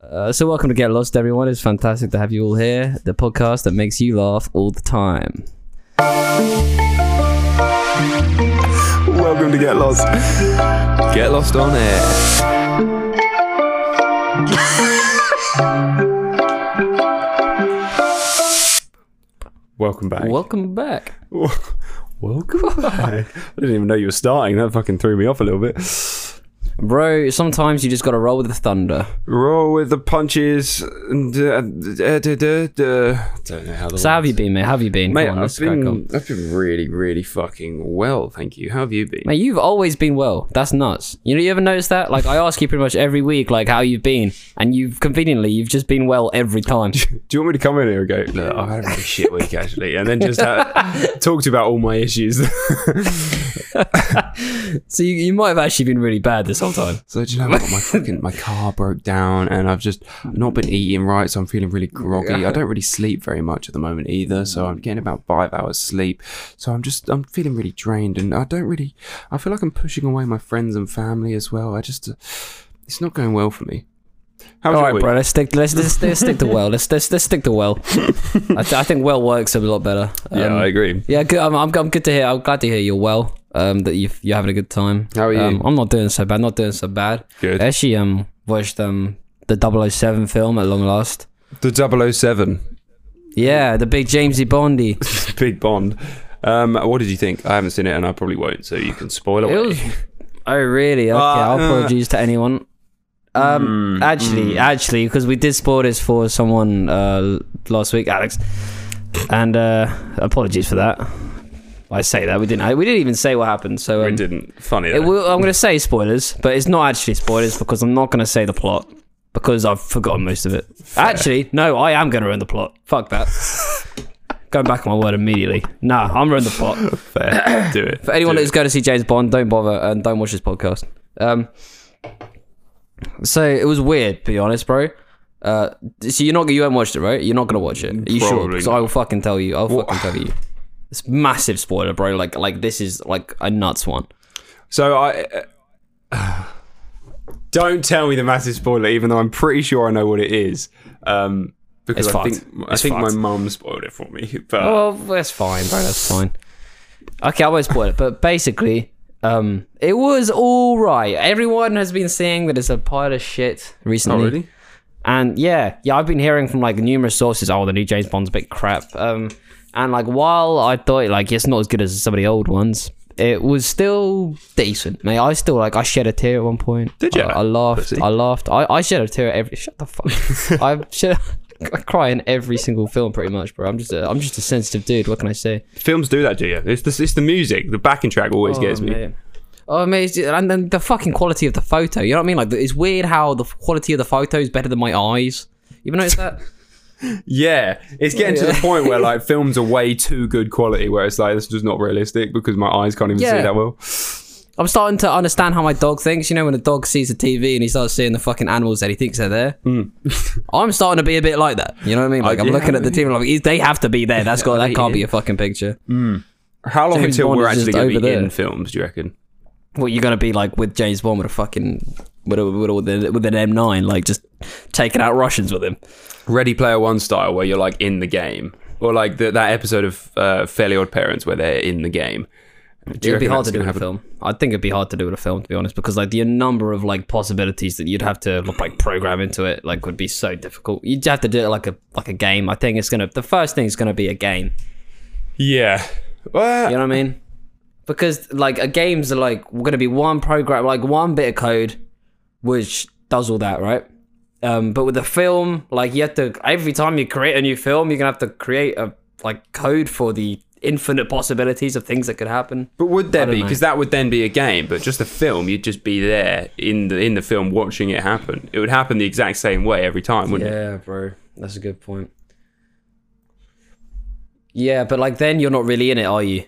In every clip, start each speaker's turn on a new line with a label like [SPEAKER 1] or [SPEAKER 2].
[SPEAKER 1] Uh, so welcome to Get Lost, everyone. It's fantastic to have you all here. The podcast that makes you laugh all the time.
[SPEAKER 2] Welcome to Get Lost. Get Lost on Air. Welcome back.
[SPEAKER 1] Welcome back.
[SPEAKER 2] Welcome back. I didn't even know you were starting. That fucking threw me off a little bit.
[SPEAKER 1] Bro, sometimes you just gotta roll with the thunder.
[SPEAKER 2] Roll with the punches. And, uh, uh, duh, duh, duh. Don't know how the
[SPEAKER 1] So how have you been, mate? How have you been?
[SPEAKER 2] Mate,
[SPEAKER 1] Come on,
[SPEAKER 2] I've
[SPEAKER 1] let's crack on.
[SPEAKER 2] been, I've been really, really fucking well, thank you. How have you been?
[SPEAKER 1] Mate, you've always been well. That's nuts. You know, you ever notice that? Like, I ask you pretty much every week, like, how you've been, and you've conveniently, you've just been well every time.
[SPEAKER 2] Do you want me to come in here and go, look, I've had a really shit week actually, and then just ha- talk to you about all my issues?
[SPEAKER 1] so you, you might have actually been really bad this whole time.
[SPEAKER 2] so do you know what? My fucking my car broke down, and I've just not been eating right, so I'm feeling really groggy. I don't really sleep very much at the moment either, so I'm getting about five hours sleep. So I'm just I'm feeling really drained, and I don't really. I feel like I'm pushing away my friends and family as well. I just uh, it's not going well for me. How's
[SPEAKER 1] All
[SPEAKER 2] your
[SPEAKER 1] right,
[SPEAKER 2] week?
[SPEAKER 1] bro. Let's stick. Let's, let's, let's stick to well. Let's let's, let's stick to well. I, th- I think well works a lot better. Um,
[SPEAKER 2] agree.
[SPEAKER 1] yeah. Good. I'm, I'm I'm good to hear. I'm glad to hear you're well. Um, that you you're having a good time.
[SPEAKER 2] How are you?
[SPEAKER 1] Um, I'm not doing so bad. Not doing so bad.
[SPEAKER 2] Good.
[SPEAKER 1] I actually um watched um the 007 film at long last.
[SPEAKER 2] The 007,
[SPEAKER 1] Yeah, the big Jamesy Bondy.
[SPEAKER 2] Big Bond. Um, what did you think? I haven't seen it, and I probably won't, so you can spoil
[SPEAKER 1] It
[SPEAKER 2] away.
[SPEAKER 1] was. Oh really? Okay.
[SPEAKER 2] Uh,
[SPEAKER 1] I'll
[SPEAKER 2] uh.
[SPEAKER 1] apologies to anyone. Um,
[SPEAKER 2] Hmm,
[SPEAKER 1] actually, actually, because we did spoil this for someone uh last week, Alex, and uh apologies for that. I say that we didn't. I, we didn't even say what happened. So um,
[SPEAKER 2] It didn't. Funny.
[SPEAKER 1] it
[SPEAKER 2] though.
[SPEAKER 1] will, I'm going to say spoilers, but it's not actually spoilers because I'm not going to say the plot because I've forgotten most of it. Actually, no, I am going to ruin the plot. Fuck that. Going back on my word immediately. Nah, I'm ruining the plot.
[SPEAKER 2] Fair. Do it.
[SPEAKER 1] For anyone
[SPEAKER 2] Do
[SPEAKER 1] who's going to see James Bond, don't bother and don't watch this podcast. Um, so it was weird, to be honest, bro. Uh, so you're not you haven't watched it, right? You're not gonna watch it. Are you sure?
[SPEAKER 2] Probably
[SPEAKER 1] Because
[SPEAKER 2] not.
[SPEAKER 1] I will fucking tell you. I'll fucking tell you. It's massive spoiler, bro. Like like this is like a nuts one.
[SPEAKER 2] So I. uh, don't tell me the massive spoiler, even though I'm pretty sure I know what it is. Um, because
[SPEAKER 1] It's
[SPEAKER 2] I
[SPEAKER 1] fucked.
[SPEAKER 2] think I
[SPEAKER 1] It's
[SPEAKER 2] think
[SPEAKER 1] fucked. Oh,
[SPEAKER 2] my mum spoiled it for me. But
[SPEAKER 1] Well, that's fine, bro. That's fine. Okay, I won't spoil it, but basically, um, it was all right. Everyone has been saying that it's a pile of shit
[SPEAKER 2] Oh,
[SPEAKER 1] recently. And yeah, yeah, I've been hearing from like numerous sources, oh, the new James Bond's a bit crap. Um, and like while I thought like it's not as good as some of the old ones, it was still decent. Mate, I still like I shed a tear at one point.
[SPEAKER 2] Did ya?
[SPEAKER 1] I, I laughed.
[SPEAKER 2] Pussy.
[SPEAKER 1] I laughed. I, I shed a tear at every. Shut the fuck. I shed. I cry in every single film, pretty much, bro. I'm just a, I'm just a sensitive dude. What can I say?
[SPEAKER 2] films do that to you. It's the it's the music. The backing track always gets me.
[SPEAKER 1] Mate. Oh, mate, it's- and then the fucking quality of the photo. You know what I mean? Like, it's weird how the quality of the photo is better than my eyes. You ever notice that?
[SPEAKER 2] Yeah, it's getting to the
[SPEAKER 1] Yeah.
[SPEAKER 2] point where like films are way too good quality, where it's like this is just not realistic because my eyes can't even see
[SPEAKER 1] Yeah.
[SPEAKER 2] that well.
[SPEAKER 1] I'm starting to understand how my dog thinks. You know, when a dog sees the TV and he starts seeing the fucking animals that he thinks are there. I'm starting to be a bit like that. You know what Hmm. I mean? Like I'm
[SPEAKER 2] yeah.
[SPEAKER 1] looking at the TV and I'm like they have to be there. That's got that can't be a fucking picture.
[SPEAKER 2] How long
[SPEAKER 1] James
[SPEAKER 2] until
[SPEAKER 1] Bond
[SPEAKER 2] we're
[SPEAKER 1] is just
[SPEAKER 2] actually going to be
[SPEAKER 1] over there.
[SPEAKER 2] in films? Do you reckon?
[SPEAKER 1] What you're gonna be like with James Bond with a fucking with a, with, a, with, a, with an M9, like just taking out Russians with him.
[SPEAKER 2] Ready Player One style, where you're like in the game, or like the, that episode of uh, Fairly Odd Parents where they're in the game. Do you
[SPEAKER 1] It'd be
[SPEAKER 2] reckon
[SPEAKER 1] hard
[SPEAKER 2] that's
[SPEAKER 1] to do
[SPEAKER 2] gonna
[SPEAKER 1] with a
[SPEAKER 2] happen?
[SPEAKER 1] film. I think it'd be hard to do with a film, to be honest, because like the number of like possibilities that you'd have to like program into it like would be so difficult. You'd have to do it like a like a game. I think it's gonna the first thing is gonna be a game.
[SPEAKER 2] Yeah. Well,
[SPEAKER 1] You know what I mean? Because like a games are like we're gonna be one program, like one bit of code, which does all that, right? Um, but with a film, like you have to every time you create a new film, you're gonna have to create a like code for the infinite possibilities of things that could happen.
[SPEAKER 2] but would there
[SPEAKER 1] don't
[SPEAKER 2] be?
[SPEAKER 1] know.
[SPEAKER 2] Because that would then be a game, but just a film, you'd just be there in the in the film watching it happen. It would happen the exact same way every time, wouldn't it?
[SPEAKER 1] Yeah, bro, that's a good point. Yeah, but like then you're not really in it, are you?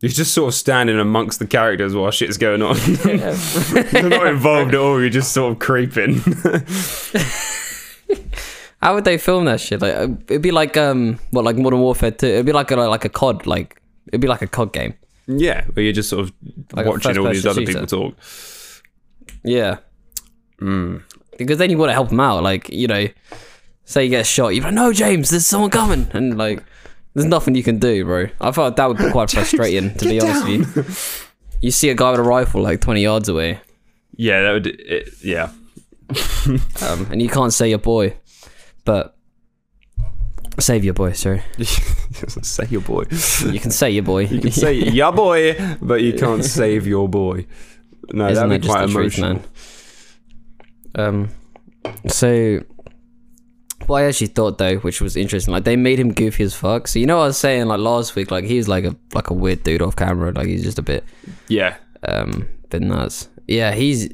[SPEAKER 2] You're just sort of standing amongst the characters while shit's going on. you're not involved at all. You're just sort of creeping.
[SPEAKER 1] How would they film that shit? Like uh, it'd be like um, what like Modern Warfare Two? It'd be like a like a COD, like it'd be like a COD game.
[SPEAKER 2] yeah, where you're just sort of
[SPEAKER 1] a
[SPEAKER 2] watching all these
[SPEAKER 1] first-person
[SPEAKER 2] other
[SPEAKER 1] shooter.
[SPEAKER 2] people talk.
[SPEAKER 1] Yeah. Mm. because then you want to help them out. Like you know, say you get shot, you're like, no, James, there's someone coming, and like there's nothing you can do, bro. I thought that would be quite frustrating to be
[SPEAKER 2] get
[SPEAKER 1] honest with you. You see a guy with a rifle like 20 yards away,
[SPEAKER 3] Yeah, that would. It, yeah.
[SPEAKER 1] um, and you can't say your boy, but save your boy, sorry.
[SPEAKER 2] say your boy.
[SPEAKER 1] You can say your boy.
[SPEAKER 2] You can say your boy, but you can't save your boy. No,
[SPEAKER 1] Isn't
[SPEAKER 2] that'd
[SPEAKER 1] that
[SPEAKER 2] be quite
[SPEAKER 1] just the truth,
[SPEAKER 2] emotional.
[SPEAKER 1] man? Um, so what I actually thought though, which was interesting, like they made him goofy as fuck. So you know what I was saying like last week, like he's like a like a weird dude off camera, like he's just a bit
[SPEAKER 3] Yeah.
[SPEAKER 1] um bit nuts. Yeah, he's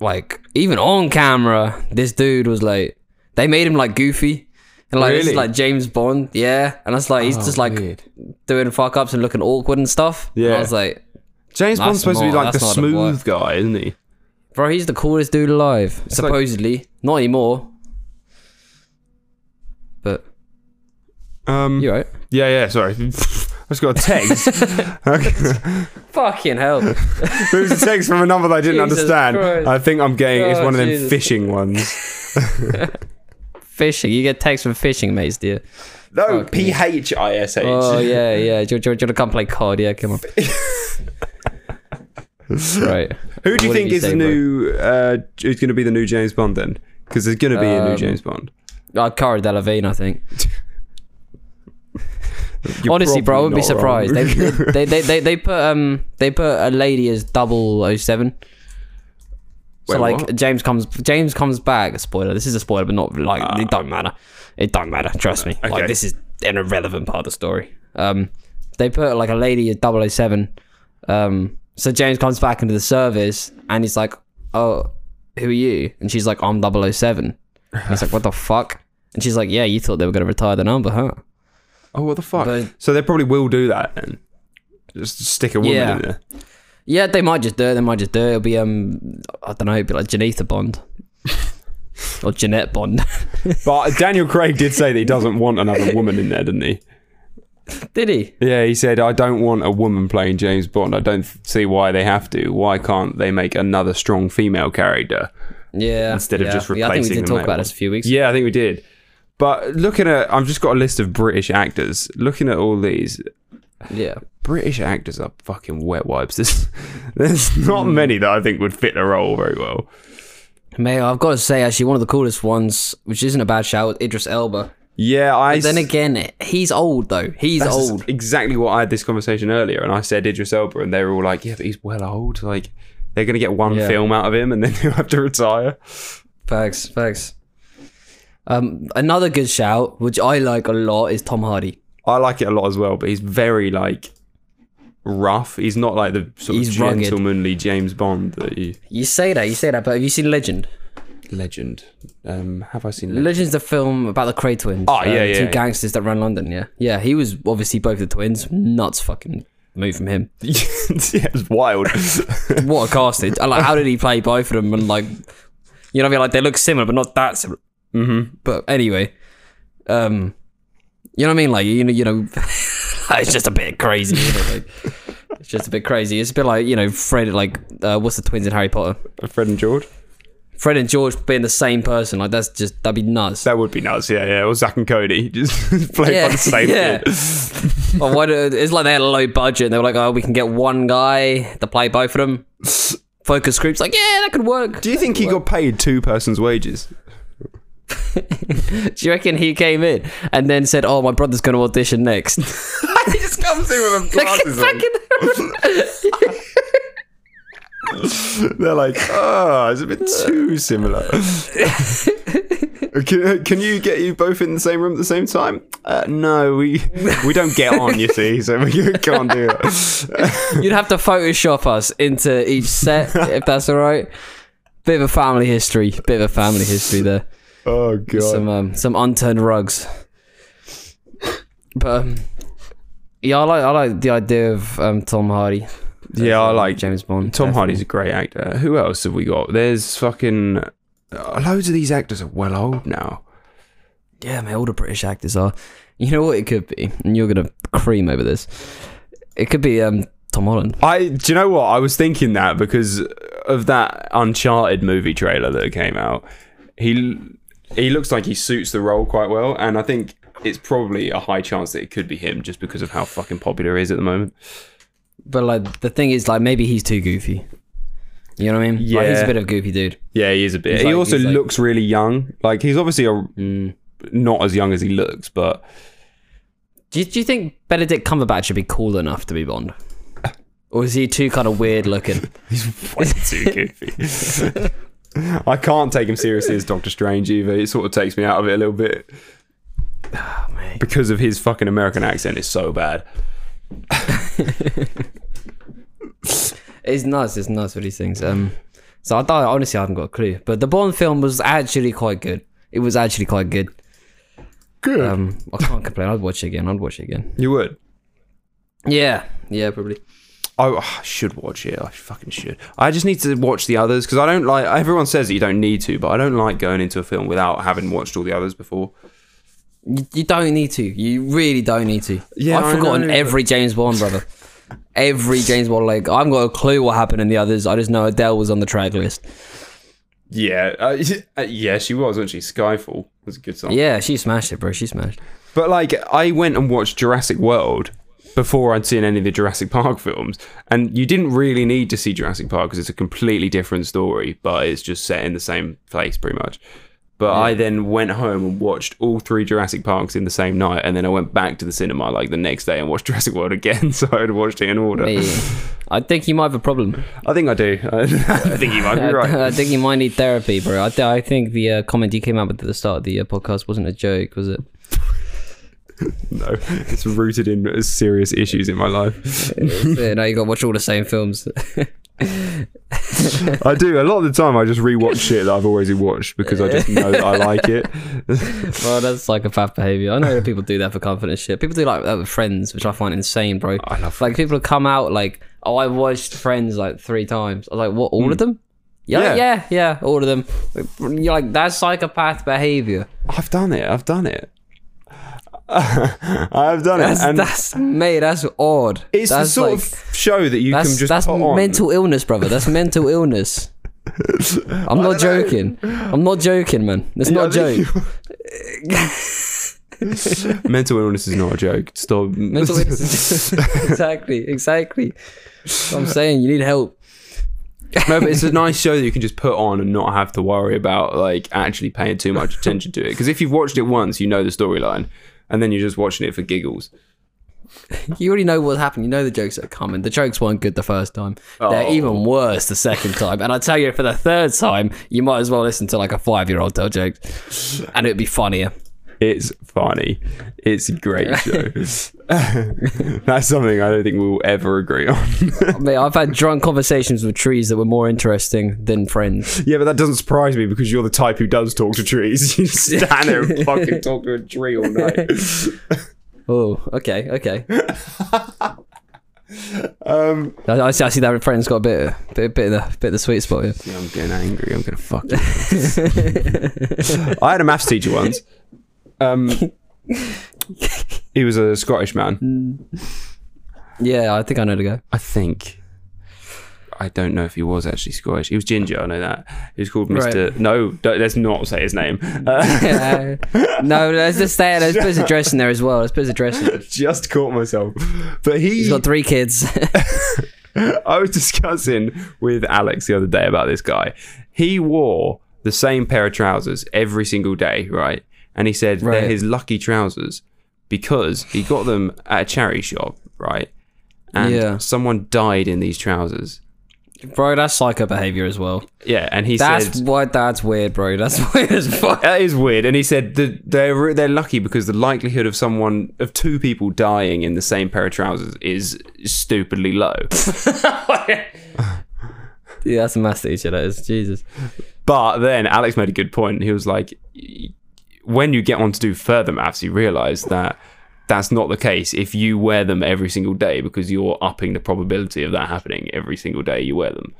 [SPEAKER 1] like even on camera, this dude was like they made him like goofy. And like this is
[SPEAKER 2] Really?
[SPEAKER 1] like James Bond, yeah. And that's like he's
[SPEAKER 2] Oh,
[SPEAKER 1] just like
[SPEAKER 2] weird.
[SPEAKER 1] doing fuck ups and looking awkward and stuff. And
[SPEAKER 2] Yeah.
[SPEAKER 1] I was like,
[SPEAKER 2] James
[SPEAKER 1] That's
[SPEAKER 2] Bond's supposed to be
[SPEAKER 1] not-
[SPEAKER 2] like the
[SPEAKER 1] that's not a boy.
[SPEAKER 2] smooth guy, isn't he?
[SPEAKER 1] Bro, he's the coolest dude alive,
[SPEAKER 2] like-
[SPEAKER 1] supposedly. Not anymore. But
[SPEAKER 2] Um,
[SPEAKER 1] you right?
[SPEAKER 2] yeah, yeah. Sorry, I just got a text. okay.
[SPEAKER 1] Fucking hell!
[SPEAKER 2] It was a text from a number that I didn't
[SPEAKER 1] Jesus
[SPEAKER 2] understand.
[SPEAKER 1] Christ.
[SPEAKER 2] I think I'm getting it's
[SPEAKER 1] Oh,
[SPEAKER 2] one of them
[SPEAKER 1] Jesus.
[SPEAKER 2] phishing ones.
[SPEAKER 1] fishing. You get texts from fishing mates, dear.
[SPEAKER 2] No, P H I S H.
[SPEAKER 1] Oh yeah, yeah. Do you, do you, do you want to come play COD? Yeah, come on. right.
[SPEAKER 2] Who do
[SPEAKER 1] What
[SPEAKER 2] you
[SPEAKER 1] did
[SPEAKER 2] think
[SPEAKER 1] you
[SPEAKER 2] is the
[SPEAKER 1] say, bro?
[SPEAKER 2] new? Uh, who's going to be the new James Bond then? Because there's going to be a new
[SPEAKER 1] Um,
[SPEAKER 2] James Bond.
[SPEAKER 1] Uh, Cara Delevingne, I think.
[SPEAKER 2] You're
[SPEAKER 1] Honestly, bro, I wouldn't be
[SPEAKER 2] probably
[SPEAKER 1] surprised.
[SPEAKER 2] not
[SPEAKER 1] They,
[SPEAKER 2] wrong.
[SPEAKER 1] they, they, they, they put um they put a lady as 007. So
[SPEAKER 2] Wait,
[SPEAKER 1] like
[SPEAKER 2] what?
[SPEAKER 1] James comes James comes back. Spoiler. This is a spoiler, but not like
[SPEAKER 2] Ah.
[SPEAKER 1] it don't matter. It don't matter. Trust me.
[SPEAKER 3] Okay.
[SPEAKER 1] Like this is an irrelevant part of the story. Um, they put like a lady as 007. Um, so James comes back into the service and he's like, "Oh, who are you?" And she's like, "I'm 007." And he's like, "What the fuck?" And she's like, "Yeah, you thought they were gonna retire the number, huh?"
[SPEAKER 2] oh, what the fuck?
[SPEAKER 1] But-
[SPEAKER 2] so they probably will do that then. Just stick a woman
[SPEAKER 1] Yeah.
[SPEAKER 2] in there.
[SPEAKER 1] Yeah, they might just do it. They might just do it. It'll be um, I don't know. It'll be like Janetha Bond or Jeanette Bond.
[SPEAKER 2] But Daniel Craig did say that he doesn't want another woman in there, didn't he?
[SPEAKER 1] Did he?
[SPEAKER 2] Yeah, he said, I don't want a woman playing James Bond. I don't th- see why they have to. Why can't they make another strong female character?
[SPEAKER 1] Yeah.
[SPEAKER 3] Instead of
[SPEAKER 1] yeah.
[SPEAKER 3] just
[SPEAKER 1] Yeah, I think we
[SPEAKER 3] replacing
[SPEAKER 1] did
[SPEAKER 3] the
[SPEAKER 1] talk
[SPEAKER 3] male
[SPEAKER 1] about
[SPEAKER 3] one.
[SPEAKER 1] this a few weeks.
[SPEAKER 2] Yeah, I think we did. But looking at, I've just got a list of British actors. Looking at all these,
[SPEAKER 1] Yeah.
[SPEAKER 2] British actors are fucking wet wipes. There's, there's not
[SPEAKER 1] Hmm.
[SPEAKER 2] many that I think would fit the role very well.
[SPEAKER 1] Mate, I've got to say, actually, one of the coolest ones, which isn't a bad shout, was Idris Elba.
[SPEAKER 2] Yeah, I.
[SPEAKER 1] Then
[SPEAKER 2] s-
[SPEAKER 1] again, he's old though. He's
[SPEAKER 2] that's
[SPEAKER 1] old.
[SPEAKER 2] Exactly what I had this conversation earlier, and I said Idris Elba, and they were all like, "Yeah, but he's well old. Like, they're gonna get one
[SPEAKER 1] Yeah.
[SPEAKER 2] film out of him, and then he'll have to retire."
[SPEAKER 1] Facts. Facts. Um, another good shout, which I like a lot, is Tom Hardy.
[SPEAKER 2] I like it a lot as well, but he's very like rough. He's not like the sort
[SPEAKER 1] He's
[SPEAKER 2] of
[SPEAKER 1] rugged.
[SPEAKER 2] gentlemanly James Bond that you
[SPEAKER 1] You say that, you say that, but have you seen Legend?
[SPEAKER 2] legend. Um, have I seen? Legend?
[SPEAKER 1] Legend's the film about the Cray twins.
[SPEAKER 2] Oh, yeah,
[SPEAKER 1] the
[SPEAKER 2] yeah,
[SPEAKER 1] Two
[SPEAKER 2] yeah.
[SPEAKER 1] gangsters that run London, yeah. Yeah, he was obviously both the twins. Nuts fucking move from him.
[SPEAKER 2] yeah, it's wild.
[SPEAKER 1] What a casting. And, like, how did he play both of them? And, like, you know what I mean? Like, they look similar, but not that similar. Mm-hmm. But anyway, um, you know what I mean? Like, you know, you know, it's just a bit crazy. Isn't it? Like, it's just a bit crazy. It's a bit like, you know, Fred, like, uh, what's the twins in Harry Potter?
[SPEAKER 2] Fred and George.
[SPEAKER 1] Fred and George being the same person. Like, that's just, that'd be nuts.
[SPEAKER 2] That would be nuts. Yeah, yeah. Or Zach and Cody just played by the same.
[SPEAKER 1] yeah.
[SPEAKER 2] kid.
[SPEAKER 1] Well, Oh, why do, it's like they had a low budget. And they were like, oh, we can get one guy to play both of them. Focus groups, like, yeah, that could work.
[SPEAKER 2] Do you think he got paid two persons' wages?
[SPEAKER 1] Do you reckon he came in and then said, "Oh, my brother's going to audition next"?
[SPEAKER 2] he just comes in with They're like, ah, it's a bit too similar. can, can you get you both in the same room at the same time? Uh, no, we we don't get on, you see, so we can't do that.
[SPEAKER 1] You'd have to Photoshop us into each set if that's all right. Bit of a family history. Bit of a family history there.
[SPEAKER 2] Oh god,
[SPEAKER 1] Some um, some unturned rugs. But um, yeah, I like I like the idea of um, Tom Hardy.
[SPEAKER 2] yeah, I like
[SPEAKER 1] James Bond.
[SPEAKER 2] Tom Hardy's a great actor. Who else have we got? There's fucking uh, loads of these actors are well old now.
[SPEAKER 1] yeah, my older British actors are. You know what it could be, and you're gonna cream over this. It could be um, Tom Holland.
[SPEAKER 2] I do you know what I was thinking that because uh, of that Uncharted movie trailer that came out, he he looks like he suits the role quite well, and I think it's probably a high chance that it could be him just because of how fucking popular he is at the moment.
[SPEAKER 1] But like the thing is, like maybe he's too goofy. You know what I mean? Like, he's a
[SPEAKER 2] Yeah.
[SPEAKER 1] bit of a goofy dude.
[SPEAKER 2] Yeah, he is a bit.
[SPEAKER 1] He's
[SPEAKER 2] he
[SPEAKER 1] like-
[SPEAKER 2] also
[SPEAKER 1] he's like-
[SPEAKER 2] looks really young. Like he's obviously a, not as young as he looks, but
[SPEAKER 1] Do you, do you think Benedict Cumberbatch should be cool enough to be Bond? Or is he too kind of weird looking?
[SPEAKER 2] way too goofy. I can't take him seriously as Doctor Strange either. It sort of takes me out of it a little bit Ah, because of his fucking American accent is so bad.
[SPEAKER 1] It's nuts. It's nuts with these things. Um, so I thought, honestly, I haven't got a clue. But the Bond film was actually quite good. It was actually quite good.
[SPEAKER 2] Good.
[SPEAKER 1] Um, I can't complain. I'd watch it again. I'd watch it again.
[SPEAKER 2] you would.
[SPEAKER 1] Yeah. Yeah, probably.
[SPEAKER 2] I, I should watch it. I fucking should. I just need to watch the others because I don't like. Everyone says that you don't need to, but I don't like going into a film without having watched all the others before.
[SPEAKER 1] You, you don't need to. You really don't need to.
[SPEAKER 2] Yeah,
[SPEAKER 1] I've
[SPEAKER 2] I
[SPEAKER 1] forgotten
[SPEAKER 2] know, but-
[SPEAKER 1] every James Bond brother. Every James Bond, like I haven't got a clue what happened in the others. I just know Adele was on the track list.
[SPEAKER 2] Yeah, uh, yeah, she was, wasn't she? Skyfall was a good song.
[SPEAKER 1] Yeah, she smashed it, bro. She smashed.
[SPEAKER 2] But like, I went and watched Jurassic World before I'd seen any of the Jurassic Park films, and you didn't really need to see Jurassic Park because it's a completely different story, but it's just set in the same place pretty much. But I then went home and watched all three Jurassic Parks in the same night, and then I went back to the cinema like the next day and watched Jurassic World again. So I'd watched it in order.
[SPEAKER 1] Me. I think you might have a problem.
[SPEAKER 2] I think I do. I think you might be right.
[SPEAKER 1] I think you might need therapy, bro. I, th- I think the uh, comment you came up with at the start of the uh, podcast wasn't a joke, was it?
[SPEAKER 2] No, it's rooted in serious issues in my life.
[SPEAKER 1] Yeah, no, you got to watch all the same films.
[SPEAKER 2] I do. A lot of the time, I just rewatch shit that I've always watched because I just know that I like it.
[SPEAKER 1] well, that's psychopath behavior. I know that people do that for confidence shit. People do like that with Friends, which I find insane, bro.
[SPEAKER 2] I love
[SPEAKER 1] Like people come out like, oh, I watched Friends like three times. I was like, what? All of them? Yeah,
[SPEAKER 2] Hmm. Yeah.
[SPEAKER 1] yeah, yeah, all of them. Like, You're like that's psychopath behavior.
[SPEAKER 2] I've done it. I've done it. I've done
[SPEAKER 1] That's,
[SPEAKER 2] it. And
[SPEAKER 1] that's mate. That's odd.
[SPEAKER 2] it's the
[SPEAKER 1] that's
[SPEAKER 2] sort
[SPEAKER 1] like-
[SPEAKER 2] of show that you can
[SPEAKER 1] That's
[SPEAKER 2] just
[SPEAKER 1] that's
[SPEAKER 2] put on.
[SPEAKER 1] mental illness, brother. That's mental illness. I'm not joking. I'm not joking, man. It's not a
[SPEAKER 2] I think
[SPEAKER 1] joke.
[SPEAKER 2] mental illness is not a joke. Stop.
[SPEAKER 1] Mental illness. exactly, exactly. That's what I'm saying you need help.
[SPEAKER 2] no, but it's a nice show that you can just put on and not have to worry about like actually paying too much attention to it. Because if you've watched it once, you know the storyline, and then you're just watching it for giggles.
[SPEAKER 1] You already know what happened. You know the jokes that are coming. The jokes weren't good the first time. They're
[SPEAKER 2] Oh.
[SPEAKER 1] even worse the second time. And I tell you, for the third time, you might as well listen to like a five-year-old tell jokes, and it'd be funnier.
[SPEAKER 2] It's funny. It's a great show. That's something I don't think we'll ever agree on.
[SPEAKER 1] Mate, I've had drunk conversations with trees that were more interesting than friends.
[SPEAKER 2] yeah, but that doesn't surprise me because you're the type who does talk to trees. You just stand there and fucking talk to a tree all night.
[SPEAKER 1] Oh, okay, okay.
[SPEAKER 2] Um,
[SPEAKER 1] I, I see, I see that friend's got a bit, a bit, bit of the, bit of the sweet spot here.
[SPEAKER 2] yeah, I'm getting angry. I'm gonna fuck. I had a maths teacher once. Um, he was a Scottish man,
[SPEAKER 1] Yeah, I think I know the guy.
[SPEAKER 2] I think. I don't know if he was actually Scottish. He was ginger. I know that. He was called Mister. No, don't, let's not say his name. Uh,
[SPEAKER 1] Yeah. no, let's just stay. Let's put his address in there as well. Let's put his address. In.
[SPEAKER 2] just caught myself. But
[SPEAKER 1] He's got three kids.
[SPEAKER 2] I was discussing with Alex the other day about this guy. He wore the same pair of trousers every single day, right? And he said
[SPEAKER 1] Right.
[SPEAKER 2] they're his lucky trousers because he got them at a charity shop, right? And
[SPEAKER 1] Yeah.
[SPEAKER 2] someone died in these trousers.
[SPEAKER 1] bro, that's psycho behavior as well.
[SPEAKER 2] Yeah, and he
[SPEAKER 1] That's
[SPEAKER 2] said
[SPEAKER 1] why that's weird, bro. That's weird as fuck.
[SPEAKER 2] that is weird. And he said that they're they're lucky because the likelihood of someone of two people dying in the same pair of trousers is stupidly low.
[SPEAKER 1] Yeah, that's a master teacher, that is. Jesus.
[SPEAKER 2] But then Alex made a good point. He was like, y- when you get on to do further maths, you realize that that's not the case if you wear them every single day because you're upping the probability of that happening every single day you wear them.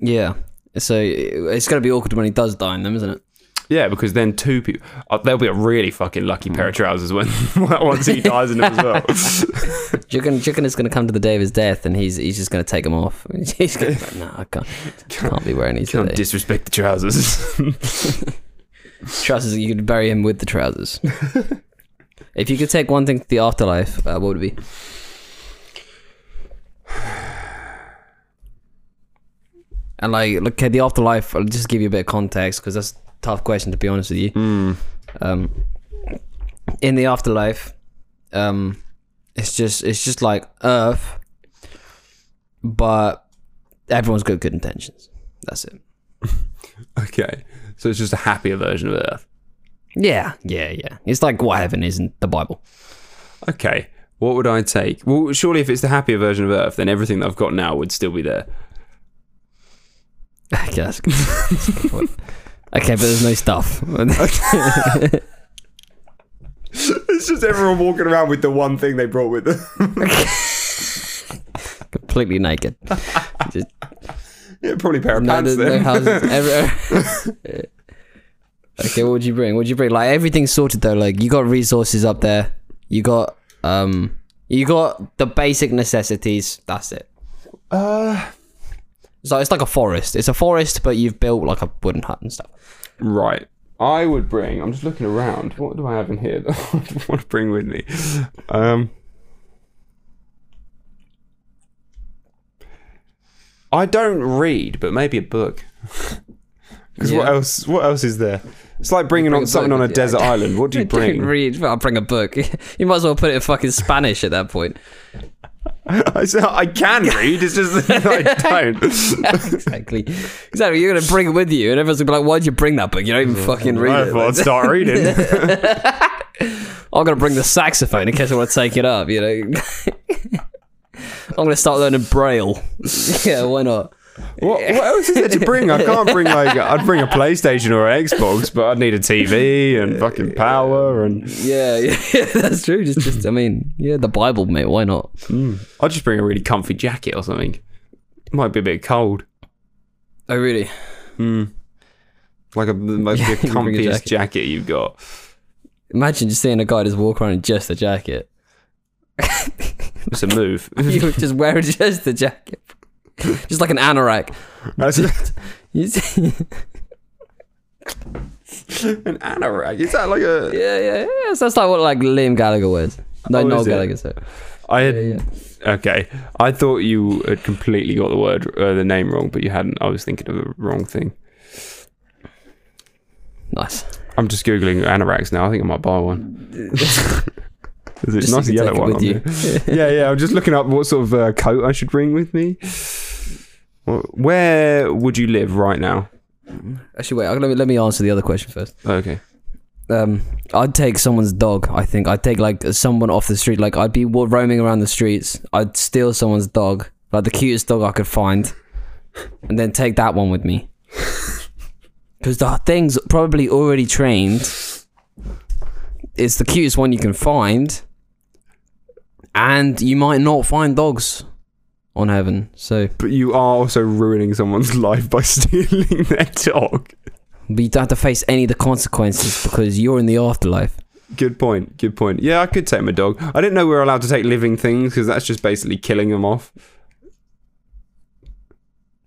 [SPEAKER 1] Yeah. So it's going to be awkward when he does die in them, isn't it?
[SPEAKER 2] Yeah, because then two people, uh, they'll be a really fucking lucky pair of trousers when once he dies in them as well.
[SPEAKER 1] Chicken, chicken is going to come to the day of his death, and he's he's just going to take them off. he's going to be like, no, I can't, can't be wearing these
[SPEAKER 2] Can't
[SPEAKER 1] today.
[SPEAKER 2] disrespect the trousers.
[SPEAKER 1] trousers. You could bury him with the trousers. if you could take one thing to the afterlife, uh, what would it be? And like, look at the afterlife. I'll just give you a bit of context because that's a tough question to be honest with you. Um, in the afterlife, um, it's just it's just like Earth, but everyone's got good intentions. That's it.
[SPEAKER 2] okay, so it's just a happier version of Earth.
[SPEAKER 1] Yeah, yeah, yeah. It's like what heaven is in the Bible.
[SPEAKER 2] Okay, what would I take? Well, surely if it's the happier version of Earth, then everything that I've got now would still be there.
[SPEAKER 1] Okay, that's a good. that's a good point. Okay, but there's no stuff.
[SPEAKER 2] It's just everyone walking around with the one thing they brought with them.
[SPEAKER 1] Completely naked. Just,
[SPEAKER 2] yeah, probably a pair of
[SPEAKER 1] no, there's
[SPEAKER 2] pants
[SPEAKER 1] no
[SPEAKER 2] then.
[SPEAKER 1] houses. every- okay, what would you bring? What would you bring? Like everything's sorted though. Like you got resources up there. You got um. You got the basic necessities. That's it.
[SPEAKER 2] Uh,
[SPEAKER 1] So it's like a forest. It's a forest, but you've built like a wooden hut and stuff.
[SPEAKER 2] right. I would bring. I'm just looking around. What do I have in here that I want to bring with me? Um, I don't read, but maybe a book. Because what
[SPEAKER 1] Yeah.
[SPEAKER 2] else? What else is there? It's like bringing
[SPEAKER 1] Bring a
[SPEAKER 2] on something
[SPEAKER 1] book
[SPEAKER 2] on a
[SPEAKER 1] with you.
[SPEAKER 2] desert island. What do you
[SPEAKER 1] Bring.
[SPEAKER 2] bring?
[SPEAKER 1] read. I'll bring a book. you might as well put it in fucking Spanish at that point.
[SPEAKER 2] I said I can read. It's just that I don't.
[SPEAKER 1] exactly. Exactly. You're gonna bring it with you, and everyone's gonna be like, "Why'd you bring that book? You don't
[SPEAKER 2] Mm,
[SPEAKER 1] even fucking read
[SPEAKER 2] I
[SPEAKER 1] it."
[SPEAKER 2] thought I'd start reading.
[SPEAKER 1] I'm gonna bring the saxophone in case I want to take it up. You know. I'm gonna start learning braille. yeah, why not?
[SPEAKER 2] What, what else is there to bring? I can't bring like I'd bring a PlayStation or an Xbox, but I'd need a TV and fucking power, and
[SPEAKER 1] Yeah, yeah, that's true. Just, just, I mean, yeah, the Bible, mate. Why not?
[SPEAKER 2] I'd just bring a really comfy jacket or something. Might be a bit cold,
[SPEAKER 1] Oh, really?
[SPEAKER 2] like a like
[SPEAKER 1] Yeah,
[SPEAKER 2] the
[SPEAKER 1] you bring a
[SPEAKER 2] comfiest jacket.
[SPEAKER 1] jacket.
[SPEAKER 2] you've got.
[SPEAKER 1] Imagine just seeing a guy just walk around in just a jacket.
[SPEAKER 2] It's a move.
[SPEAKER 1] You were just wearing just the jacket, just like an anorak.
[SPEAKER 2] That's
[SPEAKER 1] You see-
[SPEAKER 2] an anorak. Is that like a?
[SPEAKER 1] yeah, yeah, yeah. So that's like what like Liam Gallagher wears. No,
[SPEAKER 2] Oh,
[SPEAKER 1] Noel
[SPEAKER 2] is it?
[SPEAKER 1] Gallagher. Sorry.
[SPEAKER 2] I had okay. I thought you had completely got the word uh, the name wrong, but you hadn't. I was thinking of the wrong thing.
[SPEAKER 1] Nice.
[SPEAKER 2] I'm just googling anoraks now. I think I might buy one. There's a
[SPEAKER 1] Just so
[SPEAKER 2] nice
[SPEAKER 1] you can
[SPEAKER 2] yellow
[SPEAKER 1] take it
[SPEAKER 2] one.
[SPEAKER 1] with
[SPEAKER 2] on
[SPEAKER 1] you.
[SPEAKER 2] there. yeah, yeah. I'm just looking up what sort of uh, coat I should bring with me. Well, Where would you live right now?
[SPEAKER 1] Actually, wait. Let me let me answer the other question first.
[SPEAKER 2] Okay.
[SPEAKER 1] Um, I'd take someone's dog. I think I'd take like someone off the street. Like I'd be wa- roaming around the streets. I'd steal someone's dog, like the cutest dog I could find, and then take that one with me. Because the thing's probably already trained. It's the cutest one you can find, and you might not find dogs on heaven. So
[SPEAKER 2] But you are also ruining someone's life by stealing their dog.
[SPEAKER 1] but you don't have to face any of the consequences because you're in the afterlife.
[SPEAKER 2] Good point. Good point. Yeah, I could take my dog. I didn't know we were allowed to take living things because that's just basically killing them off.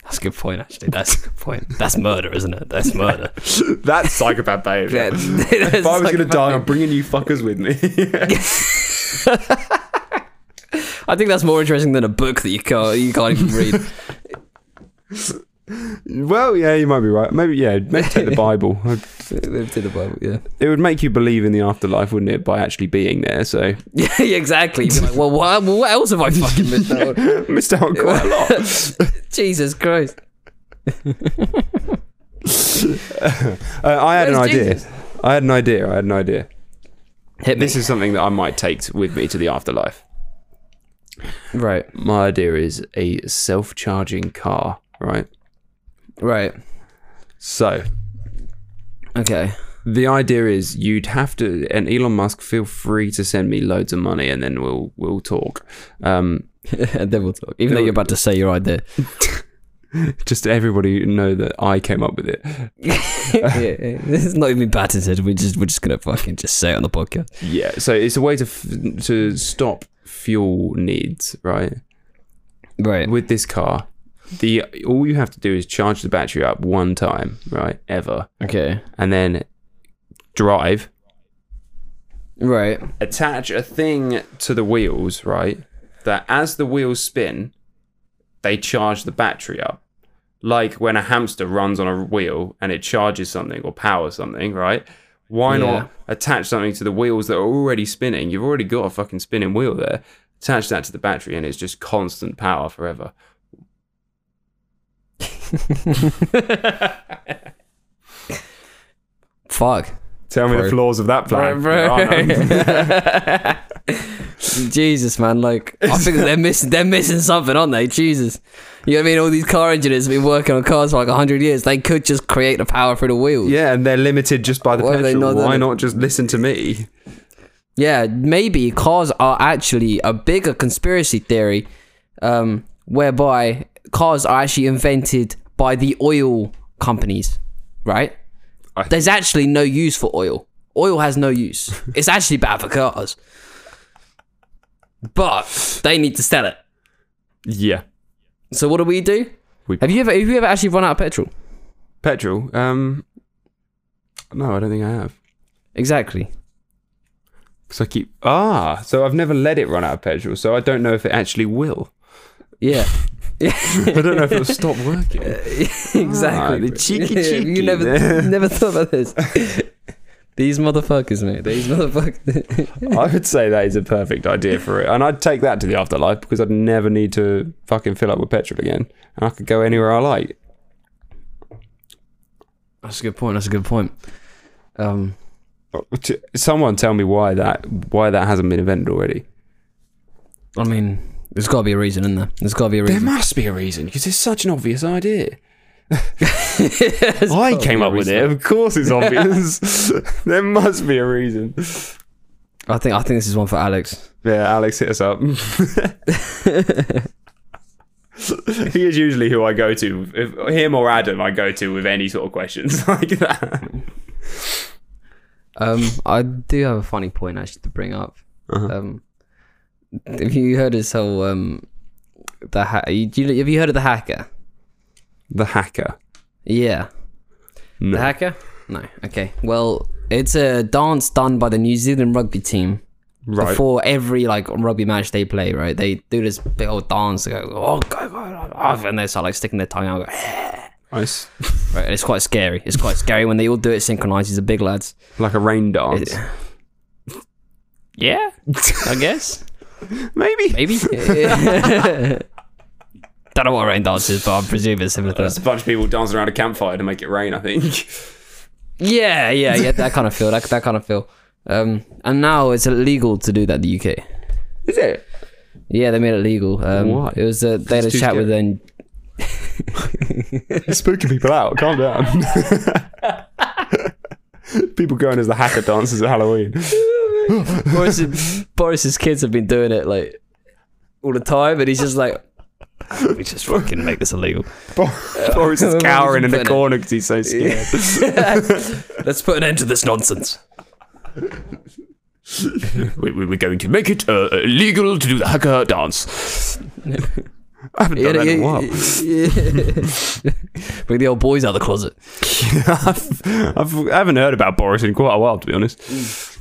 [SPEAKER 1] That's a good point, actually. That's a good point. That's murder, isn't it? That's murder.
[SPEAKER 2] That's psychopath behavior. If I was going to die, I'm bringing you fuckers with me.
[SPEAKER 1] I think that's more interesting than a book that you can't you can't even read.
[SPEAKER 2] well, yeah, you might be right. Maybe, yeah, maybe take the Bible. I'd
[SPEAKER 1] to the Bible, yeah.
[SPEAKER 2] It would make you believe in the afterlife, wouldn't it, by actually being there? So
[SPEAKER 1] yeah, exactly. You'd be like, well, what, well, what else have I fucking missed out? on?"
[SPEAKER 2] missed out on quite a lot.
[SPEAKER 1] Jesus Christ!
[SPEAKER 2] Uh, I had
[SPEAKER 1] Where's
[SPEAKER 2] an idea.
[SPEAKER 1] Jesus?
[SPEAKER 2] I had an idea. I had an idea.
[SPEAKER 1] Hit me.
[SPEAKER 2] This is something that I might take with me to the afterlife.
[SPEAKER 1] right,
[SPEAKER 2] My idea is a self-charging car. Right.
[SPEAKER 1] right.
[SPEAKER 2] So
[SPEAKER 1] Okay.
[SPEAKER 2] the idea is you'd have to, and Elon Musk, feel free to send me loads of money, and then we'll we'll talk. Um,
[SPEAKER 1] and then we'll talk. Even though you're about to say your idea.
[SPEAKER 2] Just everybody know that I came up with it.
[SPEAKER 1] yeah, yeah. This is not even patented. We just we're just gonna fucking just say it on the podcast.
[SPEAKER 2] Yeah, so it's a way to f- to stop fuel needs, right?
[SPEAKER 1] Right.
[SPEAKER 2] With this car, the all you have to do is charge the battery up one time, right? Ever,
[SPEAKER 1] Okay.
[SPEAKER 2] and then drive,
[SPEAKER 1] Right.
[SPEAKER 2] attach a thing to the wheels, right? That as the wheels spin, they charge the battery up. Like when a hamster runs on a wheel and it charges something or powers something, right? Why
[SPEAKER 1] Yeah.
[SPEAKER 2] not attach something to the wheels that are already spinning? You've already got a fucking spinning wheel there. Attach that to the battery and it's just constant power forever.
[SPEAKER 1] Fuck.
[SPEAKER 3] Tell me
[SPEAKER 1] Bro.
[SPEAKER 3] the flaws of that plan.
[SPEAKER 1] Jesus, man. Like, I think they're missing. They're missing something, aren't they? Jesus. You know what I mean? All these car engineers have been working on cars for like hundred years. They could just create the power through the wheels.
[SPEAKER 2] Yeah, and they're limited just by the
[SPEAKER 1] Why are they
[SPEAKER 2] petrol.
[SPEAKER 1] not-
[SPEAKER 2] Why not just listen to me?
[SPEAKER 1] Yeah, maybe cars are actually a bigger conspiracy theory, um, whereby cars are actually invented by the oil companies, right?
[SPEAKER 2] I-
[SPEAKER 1] There's actually no use for oil. Oil has no use. It's actually bad for cars. But they need to sell it.
[SPEAKER 2] Yeah.
[SPEAKER 1] So what do we do?
[SPEAKER 2] We-
[SPEAKER 1] have you ever have you ever actually run out of petrol?
[SPEAKER 2] Petrol? Um No, I don't think I have.
[SPEAKER 1] Exactly.
[SPEAKER 2] Because I keep ah, so I've never let it run out of petrol, so I don't know if it actually will.
[SPEAKER 1] Yeah.
[SPEAKER 2] I don't know if it'll stop working.
[SPEAKER 1] exactly.
[SPEAKER 2] the cheeky,
[SPEAKER 1] you
[SPEAKER 2] cheeky
[SPEAKER 1] never
[SPEAKER 2] there.
[SPEAKER 1] never thought about this. These motherfuckers, mate. These motherfuckers.
[SPEAKER 2] I would say that is a perfect idea for it, and I'd take that to the afterlife because I'd never need to fucking fill up with petrol again, and I could go anywhere I like.
[SPEAKER 1] That's a good point. That's a good point. Um,
[SPEAKER 2] Uh, Someone tell me why that why that hasn't been invented already.
[SPEAKER 1] I mean, there's got to be a reason, isn't there? There's got to be a
[SPEAKER 2] There
[SPEAKER 1] reason.
[SPEAKER 2] must be a reason because it's such an obvious idea. I came
[SPEAKER 3] be a
[SPEAKER 2] up with it.
[SPEAKER 3] reason.
[SPEAKER 2] Of course, it's obvious. there must be a reason.
[SPEAKER 1] I think I think this is one for Alex.
[SPEAKER 2] Yeah, Alex hit us up. he is usually who I go to. If, him or Adam, I go to with any sort of questions like that.
[SPEAKER 1] Um, I do have a funny point actually to bring up. Um, have you heard his whole um, the ha- you, do you, have you heard of the hacker?
[SPEAKER 2] The hacker.
[SPEAKER 1] Yeah.
[SPEAKER 2] No.
[SPEAKER 1] The hacker? No. Okay. Well, it's a dance done by the New Zealand rugby team.
[SPEAKER 2] Right.
[SPEAKER 1] Before every like rugby match they play, right? They do this big old dance. They go, oh, go, go, go, go," and they start like sticking their tongue out. Go, "Eh,"
[SPEAKER 2] Nice.
[SPEAKER 1] Right, it's quite scary. It's quite scary when they all do it synchronized. These are big lads.
[SPEAKER 2] Like a rain dance.
[SPEAKER 1] Yeah, I guess
[SPEAKER 2] Maybe.
[SPEAKER 1] maybe. Don't know what rain dance is, but I presume it's similar to
[SPEAKER 2] There's
[SPEAKER 1] that.
[SPEAKER 2] a bunch of people dancing around a campfire to make it rain, I think.
[SPEAKER 1] Yeah, yeah, yeah. That kind of feel. That that kind of feel. Um, and now it's illegal to do that in the UK.
[SPEAKER 2] Is it?
[SPEAKER 1] Yeah, they made it legal. Um,
[SPEAKER 2] Why?
[SPEAKER 1] It was uh, they had a
[SPEAKER 2] It's too
[SPEAKER 1] chat with them.
[SPEAKER 2] Spooking people out. Calm down. people going as the hacker dances at Halloween.
[SPEAKER 1] Boris's, Boris's kids have been doing it like all the time, and he's just like, we just fucking make this illegal.
[SPEAKER 2] Boris is cowering in the
[SPEAKER 1] Putting it-
[SPEAKER 2] corner because he's so scared.
[SPEAKER 1] Let's put an end to this nonsense.
[SPEAKER 3] we, we, we're going to make it uh, illegal to do the hacker dance.
[SPEAKER 2] I haven't done that in a while.
[SPEAKER 1] Bring the old boys out of the closet.
[SPEAKER 2] I've, I've, I haven't heard about Boris in quite a while, to be honest.